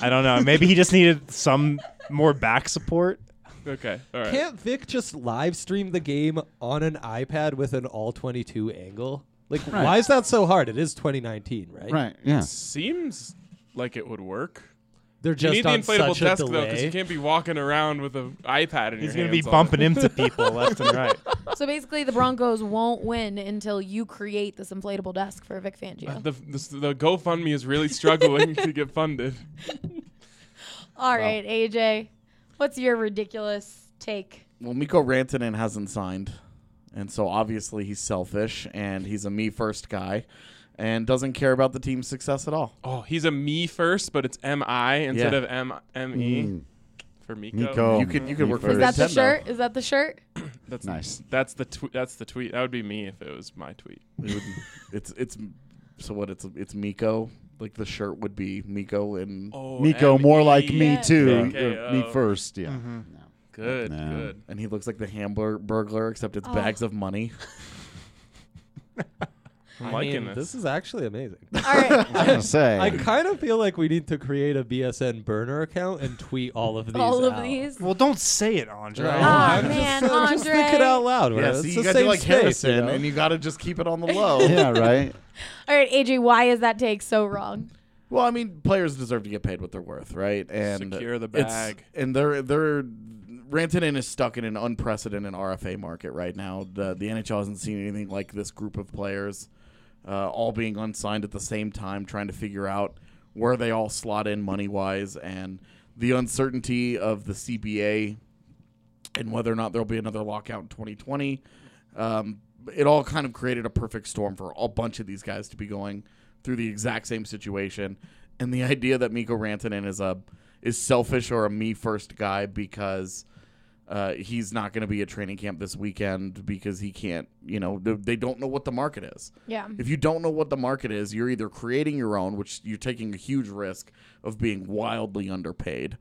[SPEAKER 7] I don't know. Maybe he just needed some more back support.
[SPEAKER 8] Okay. All right.
[SPEAKER 10] Can't Vic just live stream the game on an iPad with an all 22 angle? Like,
[SPEAKER 2] Right.
[SPEAKER 10] why is that so hard? It is 2019, right?
[SPEAKER 8] Seems like it would work.
[SPEAKER 10] They're
[SPEAKER 8] you
[SPEAKER 10] just
[SPEAKER 8] need the
[SPEAKER 10] on
[SPEAKER 8] inflatable
[SPEAKER 10] such a
[SPEAKER 8] desk though, because
[SPEAKER 10] delay.
[SPEAKER 8] you can't be walking around with an iPad in
[SPEAKER 7] He's
[SPEAKER 8] your
[SPEAKER 7] gonna be
[SPEAKER 8] hands all
[SPEAKER 7] bumping
[SPEAKER 8] day.
[SPEAKER 7] into people left and right.
[SPEAKER 3] So basically, the Broncos won't win until you create this inflatable desk for Vic Fangio.
[SPEAKER 8] The, the, the GoFundMe is really struggling to get funded.
[SPEAKER 3] All right, AJ, what's your ridiculous take?
[SPEAKER 2] Well, Miko Rantanen hasn't signed, and so obviously he's selfish and he's a me first guy, and doesn't care about the team's success at all.
[SPEAKER 8] Oh, he's a me first, but it's M I instead
[SPEAKER 2] Yeah.
[SPEAKER 8] of M M E
[SPEAKER 2] Mm.
[SPEAKER 8] for Miko.
[SPEAKER 9] Miko.
[SPEAKER 2] You could- you
[SPEAKER 9] Mm-hmm.
[SPEAKER 2] could
[SPEAKER 9] Me
[SPEAKER 2] work for
[SPEAKER 9] first.
[SPEAKER 3] Is that the
[SPEAKER 2] Nintendo.
[SPEAKER 3] shirt? Is that the shirt?
[SPEAKER 8] That's
[SPEAKER 9] Nice.
[SPEAKER 8] That's the tw- that's the tweet. That would be me if it was my tweet.
[SPEAKER 2] It would, it's it's so what it's it's Miko. Like the shirt would be Miko and
[SPEAKER 8] Oh,
[SPEAKER 9] Miko, more like me too.
[SPEAKER 8] M-E-K-O.
[SPEAKER 9] Uh, Me first, yeah.
[SPEAKER 8] Good,
[SPEAKER 9] No.
[SPEAKER 8] good.
[SPEAKER 2] and he looks like the Hamburger burglar, except it's
[SPEAKER 3] Oh.
[SPEAKER 2] bags of money.
[SPEAKER 8] I'm
[SPEAKER 10] I
[SPEAKER 8] liking
[SPEAKER 10] mean,
[SPEAKER 8] this.
[SPEAKER 10] this is actually amazing.
[SPEAKER 3] All right.
[SPEAKER 9] I was gonna say.
[SPEAKER 10] I kind of feel like we need to create a BSN burner account and tweet all of these.
[SPEAKER 3] All of
[SPEAKER 10] out.
[SPEAKER 3] these.
[SPEAKER 7] Well, don't say it, Andre.
[SPEAKER 10] Right. Oh,
[SPEAKER 3] Aw,
[SPEAKER 10] I'm
[SPEAKER 3] man,
[SPEAKER 10] just, uh, just
[SPEAKER 3] Andre.
[SPEAKER 10] think it out loud.
[SPEAKER 2] yeah,
[SPEAKER 10] right?
[SPEAKER 2] see,
[SPEAKER 10] it's
[SPEAKER 2] you
[SPEAKER 10] the
[SPEAKER 2] gotta do
[SPEAKER 10] same
[SPEAKER 2] like
[SPEAKER 10] space,
[SPEAKER 2] Harrison,
[SPEAKER 10] you know?
[SPEAKER 2] and you gotta just keep it on the low.
[SPEAKER 9] yeah, right.
[SPEAKER 3] All right, AJ, why is that take so wrong?
[SPEAKER 2] Well, I mean, players deserve to get paid what they're worth, right? And
[SPEAKER 8] Secure the
[SPEAKER 2] it's-
[SPEAKER 8] bag.
[SPEAKER 2] And they're they're Rantanen is stuck in an unprecedented RFA market right now. The the NHL hasn't seen anything like this group of players, uh, all being unsigned at the same time, trying to figure out where they all slot in money wise, and the uncertainty of the CBA and whether or not there'll be another lockout in 2020. Um, it all kind of created a perfect storm for a bunch of these guys to be going through the exact same situation. And the idea that Miko Rantanen is a is selfish or a me first guy because uh, he's not going to be at training camp this weekend because he can't, you know, th- they don't know what the market is.
[SPEAKER 3] Yeah.
[SPEAKER 2] If you don't know what the market is, you're either creating your own, which you're taking a huge risk of being wildly underpaid,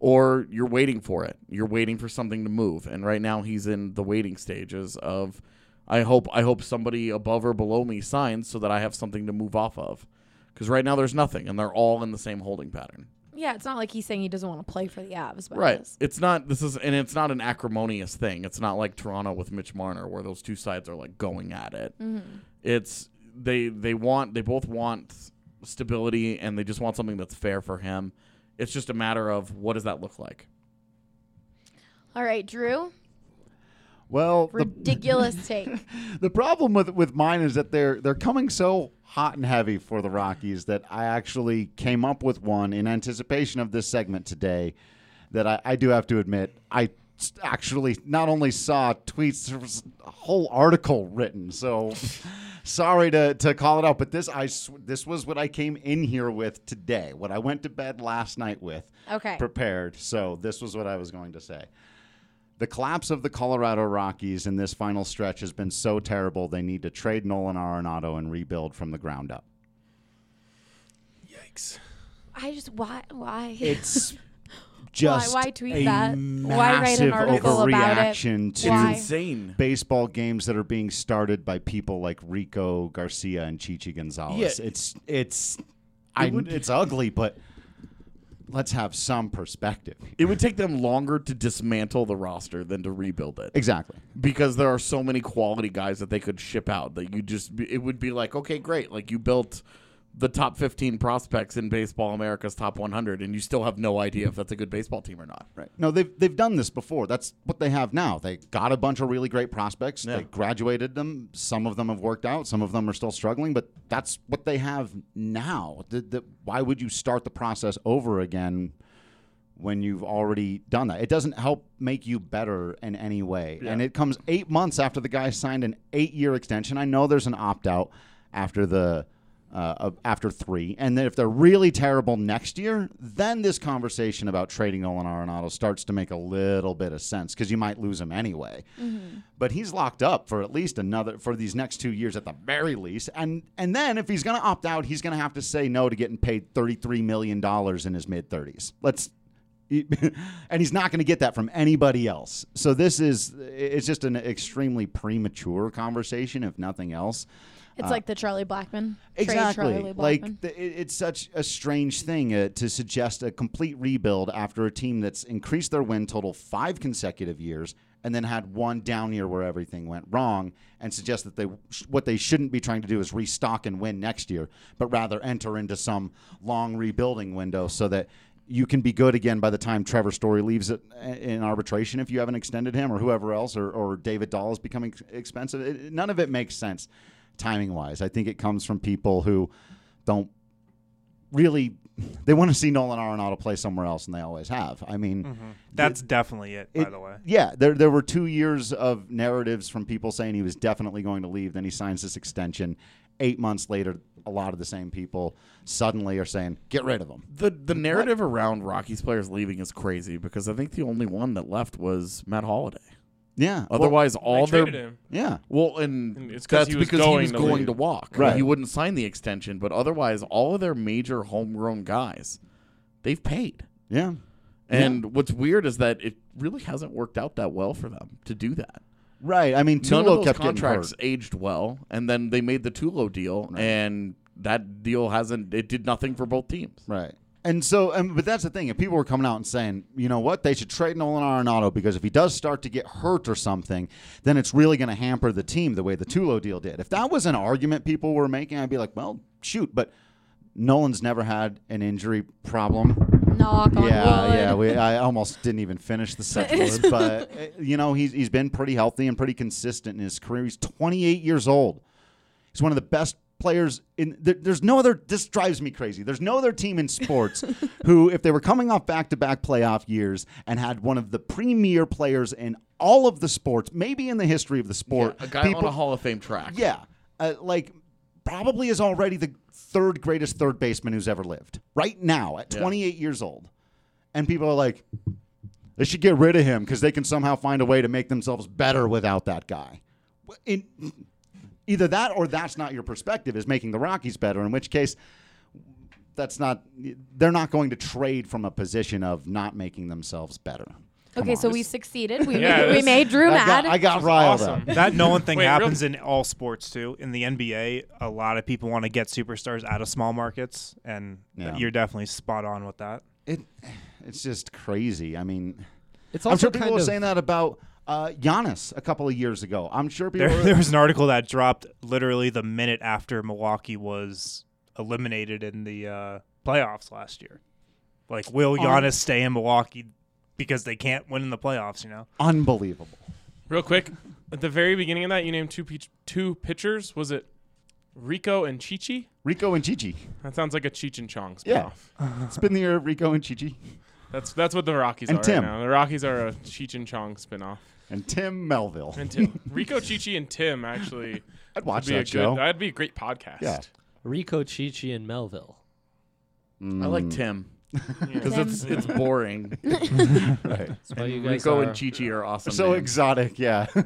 [SPEAKER 2] or you're waiting for it. You're waiting for something to move. And right now he's in the waiting stages of I hope I hope somebody above or below me signs so that I have something to move off of. Cuz right now there's nothing and they're all in the same holding pattern.
[SPEAKER 3] Yeah, it's not like he's saying he doesn't want to play for the Avs, but
[SPEAKER 2] Right.
[SPEAKER 3] it's-
[SPEAKER 2] It's not this is and it's not an acrimonious thing. It's not like Toronto with Mitch Marner where those two sides are like going at it. It's they they want they both want stability and they just want something that's fair for him. It's just a matter of what does that look like.
[SPEAKER 3] All right, Drew,
[SPEAKER 9] Well, the,
[SPEAKER 3] ridiculous take.
[SPEAKER 9] the problem with with mine is that they're they're coming so hot and heavy for the Rockies that I actually came up with one in anticipation of this segment today. That I, I do have to admit, I s- actually not only saw tweets, there was a whole article written. So sorry to, to call it out, but this I sw- this was what I came in here with today. What I went to bed last night with.
[SPEAKER 3] Okay.
[SPEAKER 9] Prepared. So this was what I was going to say. The collapse of the Colorado Rockies in this final stretch has been so terrible they need to trade Nolan Arenado and rebuild from the ground up.
[SPEAKER 8] Yikes.
[SPEAKER 3] I just why why
[SPEAKER 9] It's just
[SPEAKER 3] why tweet
[SPEAKER 9] a
[SPEAKER 3] that? Why write an
[SPEAKER 9] massive
[SPEAKER 3] article about it?
[SPEAKER 9] overreaction to
[SPEAKER 3] Why?
[SPEAKER 9] baseball games that are being started by people like Rico Garcia and Chichi Gonzalez.
[SPEAKER 2] Yeah.
[SPEAKER 9] It's it's I
[SPEAKER 2] would-
[SPEAKER 9] it's ugly, but let's have some perspective.
[SPEAKER 2] It would take them longer to dismantle the roster than to rebuild it.
[SPEAKER 9] Exactly.
[SPEAKER 2] Because there are so many quality guys that they could ship out that you just it would be like, okay, great. Like you built the top 15 prospects in baseball America's top 100 and you still have no idea if that's a good baseball team or not. Right.
[SPEAKER 9] No, they've they've done this before. That's what they have now. They got a bunch of really great prospects. They graduated them. Some of them have worked out. Some of them are still struggling. But that's what they have now. The, the, why would you start the process over again when you've already done that? It doesn't help make you better in any way. And it comes eight months after the guy signed an eight-year extension. I know there's an opt-out after the uh, of- after three. And then if they're really terrible next year, then this conversation about trading Nolan Arenado starts to make a little bit of sense because you might lose him anyway. But he's locked up for at least another for these next two years at the very least. And and then if he's going to opt out, he's going to have to say no to getting paid thirty three million dollars in his mid thirties. Let's. and he's not going to get that from anybody else. So this is it's just an extremely premature conversation if nothing else.
[SPEAKER 3] It's
[SPEAKER 9] Uh,
[SPEAKER 3] like the Charlie Blackman. Trade Charlie
[SPEAKER 9] Exactly.
[SPEAKER 3] Blackman.
[SPEAKER 9] Like th- it, it's such a strange thing uh, to suggest a complete rebuild after a team that's increased their win total five consecutive years and then had one down year where everything went wrong, and suggest that they sh- what they shouldn't be trying to do is restock and win next year, but rather enter into some long rebuilding window so that. You can be good again by the time Trevor Story leaves it uh, in arbitration if you haven't extended him, or whoever else, or, or David Dahl is becoming ex- expensive. It- it- none of it makes sense timing wise. I think it comes from people who don't really they want to see Nolan Arenado play somewhere else, and they always have. I mean,
[SPEAKER 2] Mm-hmm.
[SPEAKER 7] That's definitely it, by
[SPEAKER 9] it-
[SPEAKER 7] the way.
[SPEAKER 9] yeah, there there were two years of narratives from people saying he was definitely going to leave. Then he signs this extension. Eight months later, a lot of the same people suddenly are saying, "Get rid of him."
[SPEAKER 2] The the narrative around Rockies players leaving is crazy because I think the only one that left was Matt Holliday.
[SPEAKER 9] Yeah.
[SPEAKER 2] Otherwise, all their
[SPEAKER 8] traded him.
[SPEAKER 9] Yeah.
[SPEAKER 2] Well, and,
[SPEAKER 8] And it's 'cause
[SPEAKER 2] that's
[SPEAKER 8] he was
[SPEAKER 2] because
[SPEAKER 8] going
[SPEAKER 2] he was
[SPEAKER 8] to
[SPEAKER 2] going
[SPEAKER 8] leave.
[SPEAKER 2] to walk.
[SPEAKER 9] Right.
[SPEAKER 2] He wouldn't sign the extension, but otherwise, all of their major homegrown guys, they've paid.
[SPEAKER 9] yeah.
[SPEAKER 2] And what's weird is that it really hasn't worked out that well for them to do that.
[SPEAKER 9] Right. I mean,
[SPEAKER 2] None of
[SPEAKER 9] Tulo
[SPEAKER 2] those
[SPEAKER 9] kept
[SPEAKER 2] contracts
[SPEAKER 9] getting hurt.
[SPEAKER 2] aged well, and then they made the Tulo deal, and that deal hasn't. It did nothing for both teams.
[SPEAKER 9] Right. And so, um, but that's the thing. If people were coming out and saying, you know what, they should trade Nolan Arenado because if he does start to get hurt or something, then it's really going to hamper the team the way the Tulo deal did. If that was an argument people were making, I'd be like, well, shoot. But Nolan's never had an injury problem.
[SPEAKER 3] Knock on
[SPEAKER 9] Yeah,
[SPEAKER 3] wood.
[SPEAKER 9] yeah. We, I almost didn't even finish the sentence, but uh, you know, he's he's been pretty healthy and pretty consistent in his career. He's 28 years old. He's one of the best players in. There, there's no other. This drives me crazy. There's no other team in sports who, if they were coming off back-to-back playoff years and had one of the premier players in all of the sports, maybe in the history of the sport,
[SPEAKER 2] A guy on a Hall of Fame track.
[SPEAKER 9] yeah, uh, like probably is already the third greatest third baseman who's ever lived right now at 28 years old. And people are like, they should get rid of him because they can somehow find a way to make themselves better without that guy. Wh- In, either that or that's not your perspective is making the Rockies better, in which case, that's not, they're not going to trade from a position of not making themselves better. Come
[SPEAKER 3] Okay,
[SPEAKER 9] on.
[SPEAKER 3] so we succeeded. We,
[SPEAKER 8] Yeah,
[SPEAKER 3] made, we
[SPEAKER 8] this-
[SPEAKER 3] made Drew
[SPEAKER 9] I
[SPEAKER 3] mad.
[SPEAKER 9] got, I got riled
[SPEAKER 7] awesome.
[SPEAKER 9] up.
[SPEAKER 7] That Nolan thing
[SPEAKER 8] Wait, real-
[SPEAKER 7] happens in all sports too. In the NBA, a lot of people want to get superstars out of small markets, and
[SPEAKER 9] Yeah.
[SPEAKER 7] you're definitely spot on with that.
[SPEAKER 9] It, it's just crazy. I mean,
[SPEAKER 1] It's
[SPEAKER 9] I'm
[SPEAKER 1] also
[SPEAKER 9] sure people
[SPEAKER 1] kind
[SPEAKER 9] were
[SPEAKER 1] of
[SPEAKER 9] saying that about uh, Giannis a couple of years ago. I'm sure people.
[SPEAKER 7] There,
[SPEAKER 9] were-
[SPEAKER 7] there was an article that dropped literally the minute after Milwaukee was eliminated in the uh, playoffs last year. Like,
[SPEAKER 8] Um,
[SPEAKER 7] will Giannis stay in Milwaukee because they can't win in the playoffs? You know,
[SPEAKER 9] unbelievable.
[SPEAKER 8] Real quick, at the very beginning of that, you named two peach two pitchers. Was it Rico and Chichi?
[SPEAKER 9] Rico and Gigi.
[SPEAKER 8] That sounds like a Cheech and Chong spinoff.
[SPEAKER 9] Yeah. it's been the year of Rico and Gigi
[SPEAKER 8] That's that's what the Rockies
[SPEAKER 9] And
[SPEAKER 8] are
[SPEAKER 9] Tim.
[SPEAKER 8] right now. The Rockies are a Cheech and Chong spinoff.
[SPEAKER 9] and Tim Melville.
[SPEAKER 8] And Tim, Rico, Chichi, and Tim actually
[SPEAKER 9] I'd watch
[SPEAKER 8] would be a
[SPEAKER 9] that
[SPEAKER 8] good.
[SPEAKER 9] show.
[SPEAKER 8] That'd be a great podcast.
[SPEAKER 9] Yeah.
[SPEAKER 10] Rico, Chichi, and Melville.
[SPEAKER 2] I like Tim because it's it's boring.
[SPEAKER 9] Right.
[SPEAKER 10] Well, you guys
[SPEAKER 2] Rico
[SPEAKER 10] are-
[SPEAKER 2] and Chi Chi are awesome.
[SPEAKER 9] So
[SPEAKER 2] names.
[SPEAKER 9] exotic, yeah.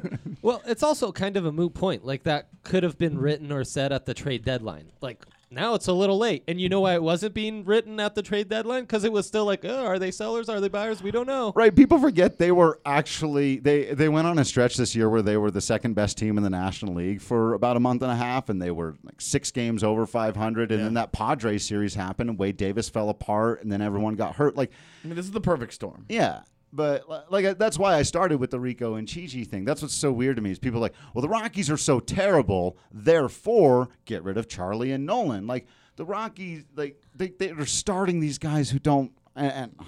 [SPEAKER 10] Well, it's also kind of a moot point. Like that could have been written or said at the trade deadline. Like Now it's a little late. And you know why it wasn't being written at the trade deadline? Because it was still like, oh, are they sellers? Are they buyers? We don't know.
[SPEAKER 9] Right, people forget they were actually they they went on a stretch this year where they were the second best team in the National League for about a month and a half, and they were like six games over 500, and then that Padres series happened, and Wade Davis fell apart, and then everyone got hurt. Like,
[SPEAKER 2] I mean, this is the perfect storm.
[SPEAKER 9] yeah, but li- like I- that's why I started with the Rico and Chi Chi thing. That's what's so weird to me is people are like, well, the Rockies are so terrible, therefore get rid of Charlie and Nolan. Like the Rockies, like they they're starting these guys who don't and. and oh,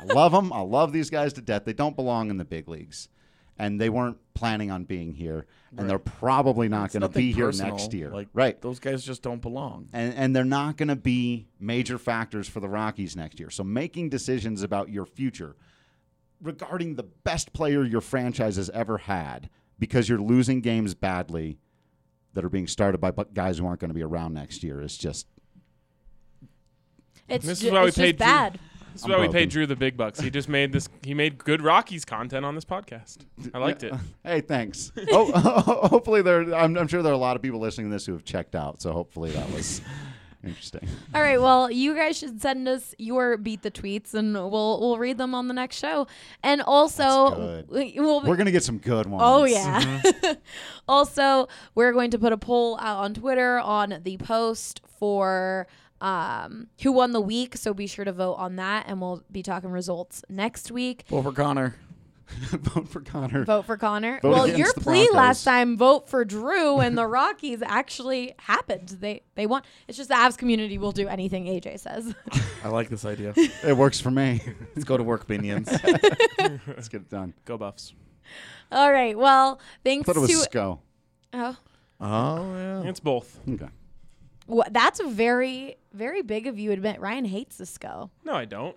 [SPEAKER 9] I love them. I love these guys to death. They don't belong in the big leagues, and they weren't planning on being here, and they're probably not
[SPEAKER 2] It's
[SPEAKER 9] going to
[SPEAKER 2] nothing
[SPEAKER 9] be here
[SPEAKER 2] personal.
[SPEAKER 9] next year.
[SPEAKER 2] Like,
[SPEAKER 9] right.
[SPEAKER 2] Those guys just don't belong.
[SPEAKER 9] And, and they're not going to be major factors for the Rockies next year. So making decisions about your future regarding the best player your franchise has ever had because you're losing games badly that are being started by bu- guys who aren't going to be around next year is just
[SPEAKER 3] It's
[SPEAKER 8] This
[SPEAKER 3] ju-
[SPEAKER 8] is why we
[SPEAKER 3] it's just
[SPEAKER 8] paid
[SPEAKER 3] bad.
[SPEAKER 8] Drew. This is
[SPEAKER 9] I'm
[SPEAKER 8] why we
[SPEAKER 9] broken.
[SPEAKER 8] paid Drew the big bucks. He just made this. He made good Rockies content on this podcast. I liked it.
[SPEAKER 9] Hey, thanks. oh, hopefully there. I'm, I'm sure there are a lot of people listening to this who have checked out. So hopefully that was interesting.
[SPEAKER 3] All right, well, you guys should send us your beat the tweets, and we'll we'll read them on the next show. And also,
[SPEAKER 9] That's good.
[SPEAKER 3] we- we'll
[SPEAKER 9] We're gonna get some good ones.
[SPEAKER 3] Oh yeah. also, we're going to put a poll out on Twitter on the post for um, who won the week. So be sure to vote on that, and we'll be talking results next week.
[SPEAKER 2] Vote for Connor.
[SPEAKER 9] Vote for Connor.
[SPEAKER 3] Vote for Connor.
[SPEAKER 2] Vote
[SPEAKER 3] well,
[SPEAKER 2] against
[SPEAKER 3] your
[SPEAKER 2] the
[SPEAKER 3] plea
[SPEAKER 2] Broncos.
[SPEAKER 3] last time, vote for Drew, and the Rockies actually happened. They they won. It's just the Avs community will do anything AJ says.
[SPEAKER 2] I like this idea.
[SPEAKER 9] it works for me.
[SPEAKER 2] Let's go to work, minions.
[SPEAKER 9] Let's get it done.
[SPEAKER 8] Go Buffs.
[SPEAKER 3] All right. Well,
[SPEAKER 9] I
[SPEAKER 3] thanks
[SPEAKER 9] thought it was
[SPEAKER 3] to
[SPEAKER 9] Sco.
[SPEAKER 3] oh,
[SPEAKER 2] oh yeah.
[SPEAKER 8] It's both.
[SPEAKER 9] Okay.
[SPEAKER 3] wha- that's very very big of you. to Admit Ryan hates Cisco.
[SPEAKER 8] No, I don't.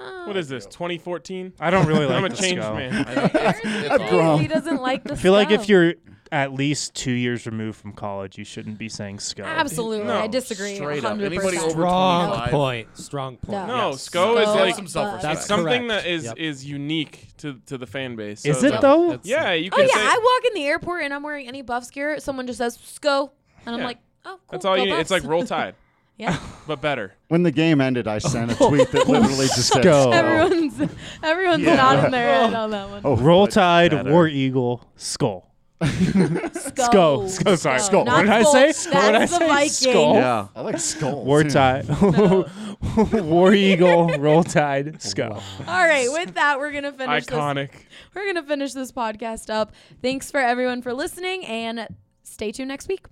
[SPEAKER 3] Oh.
[SPEAKER 8] What is this? 2014?
[SPEAKER 7] I don't really
[SPEAKER 8] I'm
[SPEAKER 7] like
[SPEAKER 8] a
[SPEAKER 7] this
[SPEAKER 8] changed
[SPEAKER 7] go.
[SPEAKER 8] man.
[SPEAKER 3] Aaron
[SPEAKER 9] grown.
[SPEAKER 3] says he doesn't like the
[SPEAKER 7] I feel like if
[SPEAKER 3] snow.
[SPEAKER 7] you're at least two years removed from college, you shouldn't be saying sco.
[SPEAKER 3] absolutely,
[SPEAKER 8] No,
[SPEAKER 3] I disagree.
[SPEAKER 2] straight up.
[SPEAKER 3] 100%.
[SPEAKER 2] Anybody over
[SPEAKER 10] Strong
[SPEAKER 2] 25.
[SPEAKER 10] point. Strong point.
[SPEAKER 3] No.
[SPEAKER 8] No,
[SPEAKER 10] Yes.
[SPEAKER 8] Sco is
[SPEAKER 3] Sco
[SPEAKER 8] like
[SPEAKER 2] Give some self-respect.
[SPEAKER 3] That's
[SPEAKER 8] it's something
[SPEAKER 10] correct.
[SPEAKER 8] that is
[SPEAKER 10] Yep.
[SPEAKER 8] is unique to to the fan base.
[SPEAKER 7] Is
[SPEAKER 8] So
[SPEAKER 7] it
[SPEAKER 8] it's-
[SPEAKER 7] though?
[SPEAKER 10] That's-
[SPEAKER 8] Yeah, you
[SPEAKER 3] Oh yeah,
[SPEAKER 8] can say
[SPEAKER 3] I walk in the airport and I'm wearing any Buffs gear. Someone just says "Sco," and I'm
[SPEAKER 8] Yeah.
[SPEAKER 3] like, "Oh, cool,
[SPEAKER 8] that's all
[SPEAKER 3] go
[SPEAKER 8] you. It's
[SPEAKER 3] Buffs."
[SPEAKER 8] like roll tide,
[SPEAKER 3] yeah,
[SPEAKER 8] but better.
[SPEAKER 9] When the game ended, I sent a tweet that literally just said Sco.
[SPEAKER 3] everyone's everyone's
[SPEAKER 9] Yeah.
[SPEAKER 3] nodding their head on that one.
[SPEAKER 9] Oh,
[SPEAKER 7] Roll Tide,
[SPEAKER 2] better.
[SPEAKER 7] War Eagle, Skull.
[SPEAKER 3] Sco,
[SPEAKER 7] Sco,
[SPEAKER 3] Sco.
[SPEAKER 7] sorry, Skull.
[SPEAKER 3] Not
[SPEAKER 7] What did I
[SPEAKER 3] Skull. That's
[SPEAKER 7] say? What did I
[SPEAKER 3] the
[SPEAKER 7] say?
[SPEAKER 3] Viking.
[SPEAKER 7] Skull?
[SPEAKER 2] Yeah.
[SPEAKER 9] I like skulls.
[SPEAKER 7] War
[SPEAKER 9] too.
[SPEAKER 7] Tide, War Eagle, Roll Tide, Skull.
[SPEAKER 3] All right, with that, we're gonna finish. this-
[SPEAKER 8] Iconic.
[SPEAKER 3] we're gonna finish this podcast up. Thanks for everyone for listening, and stay tuned next week.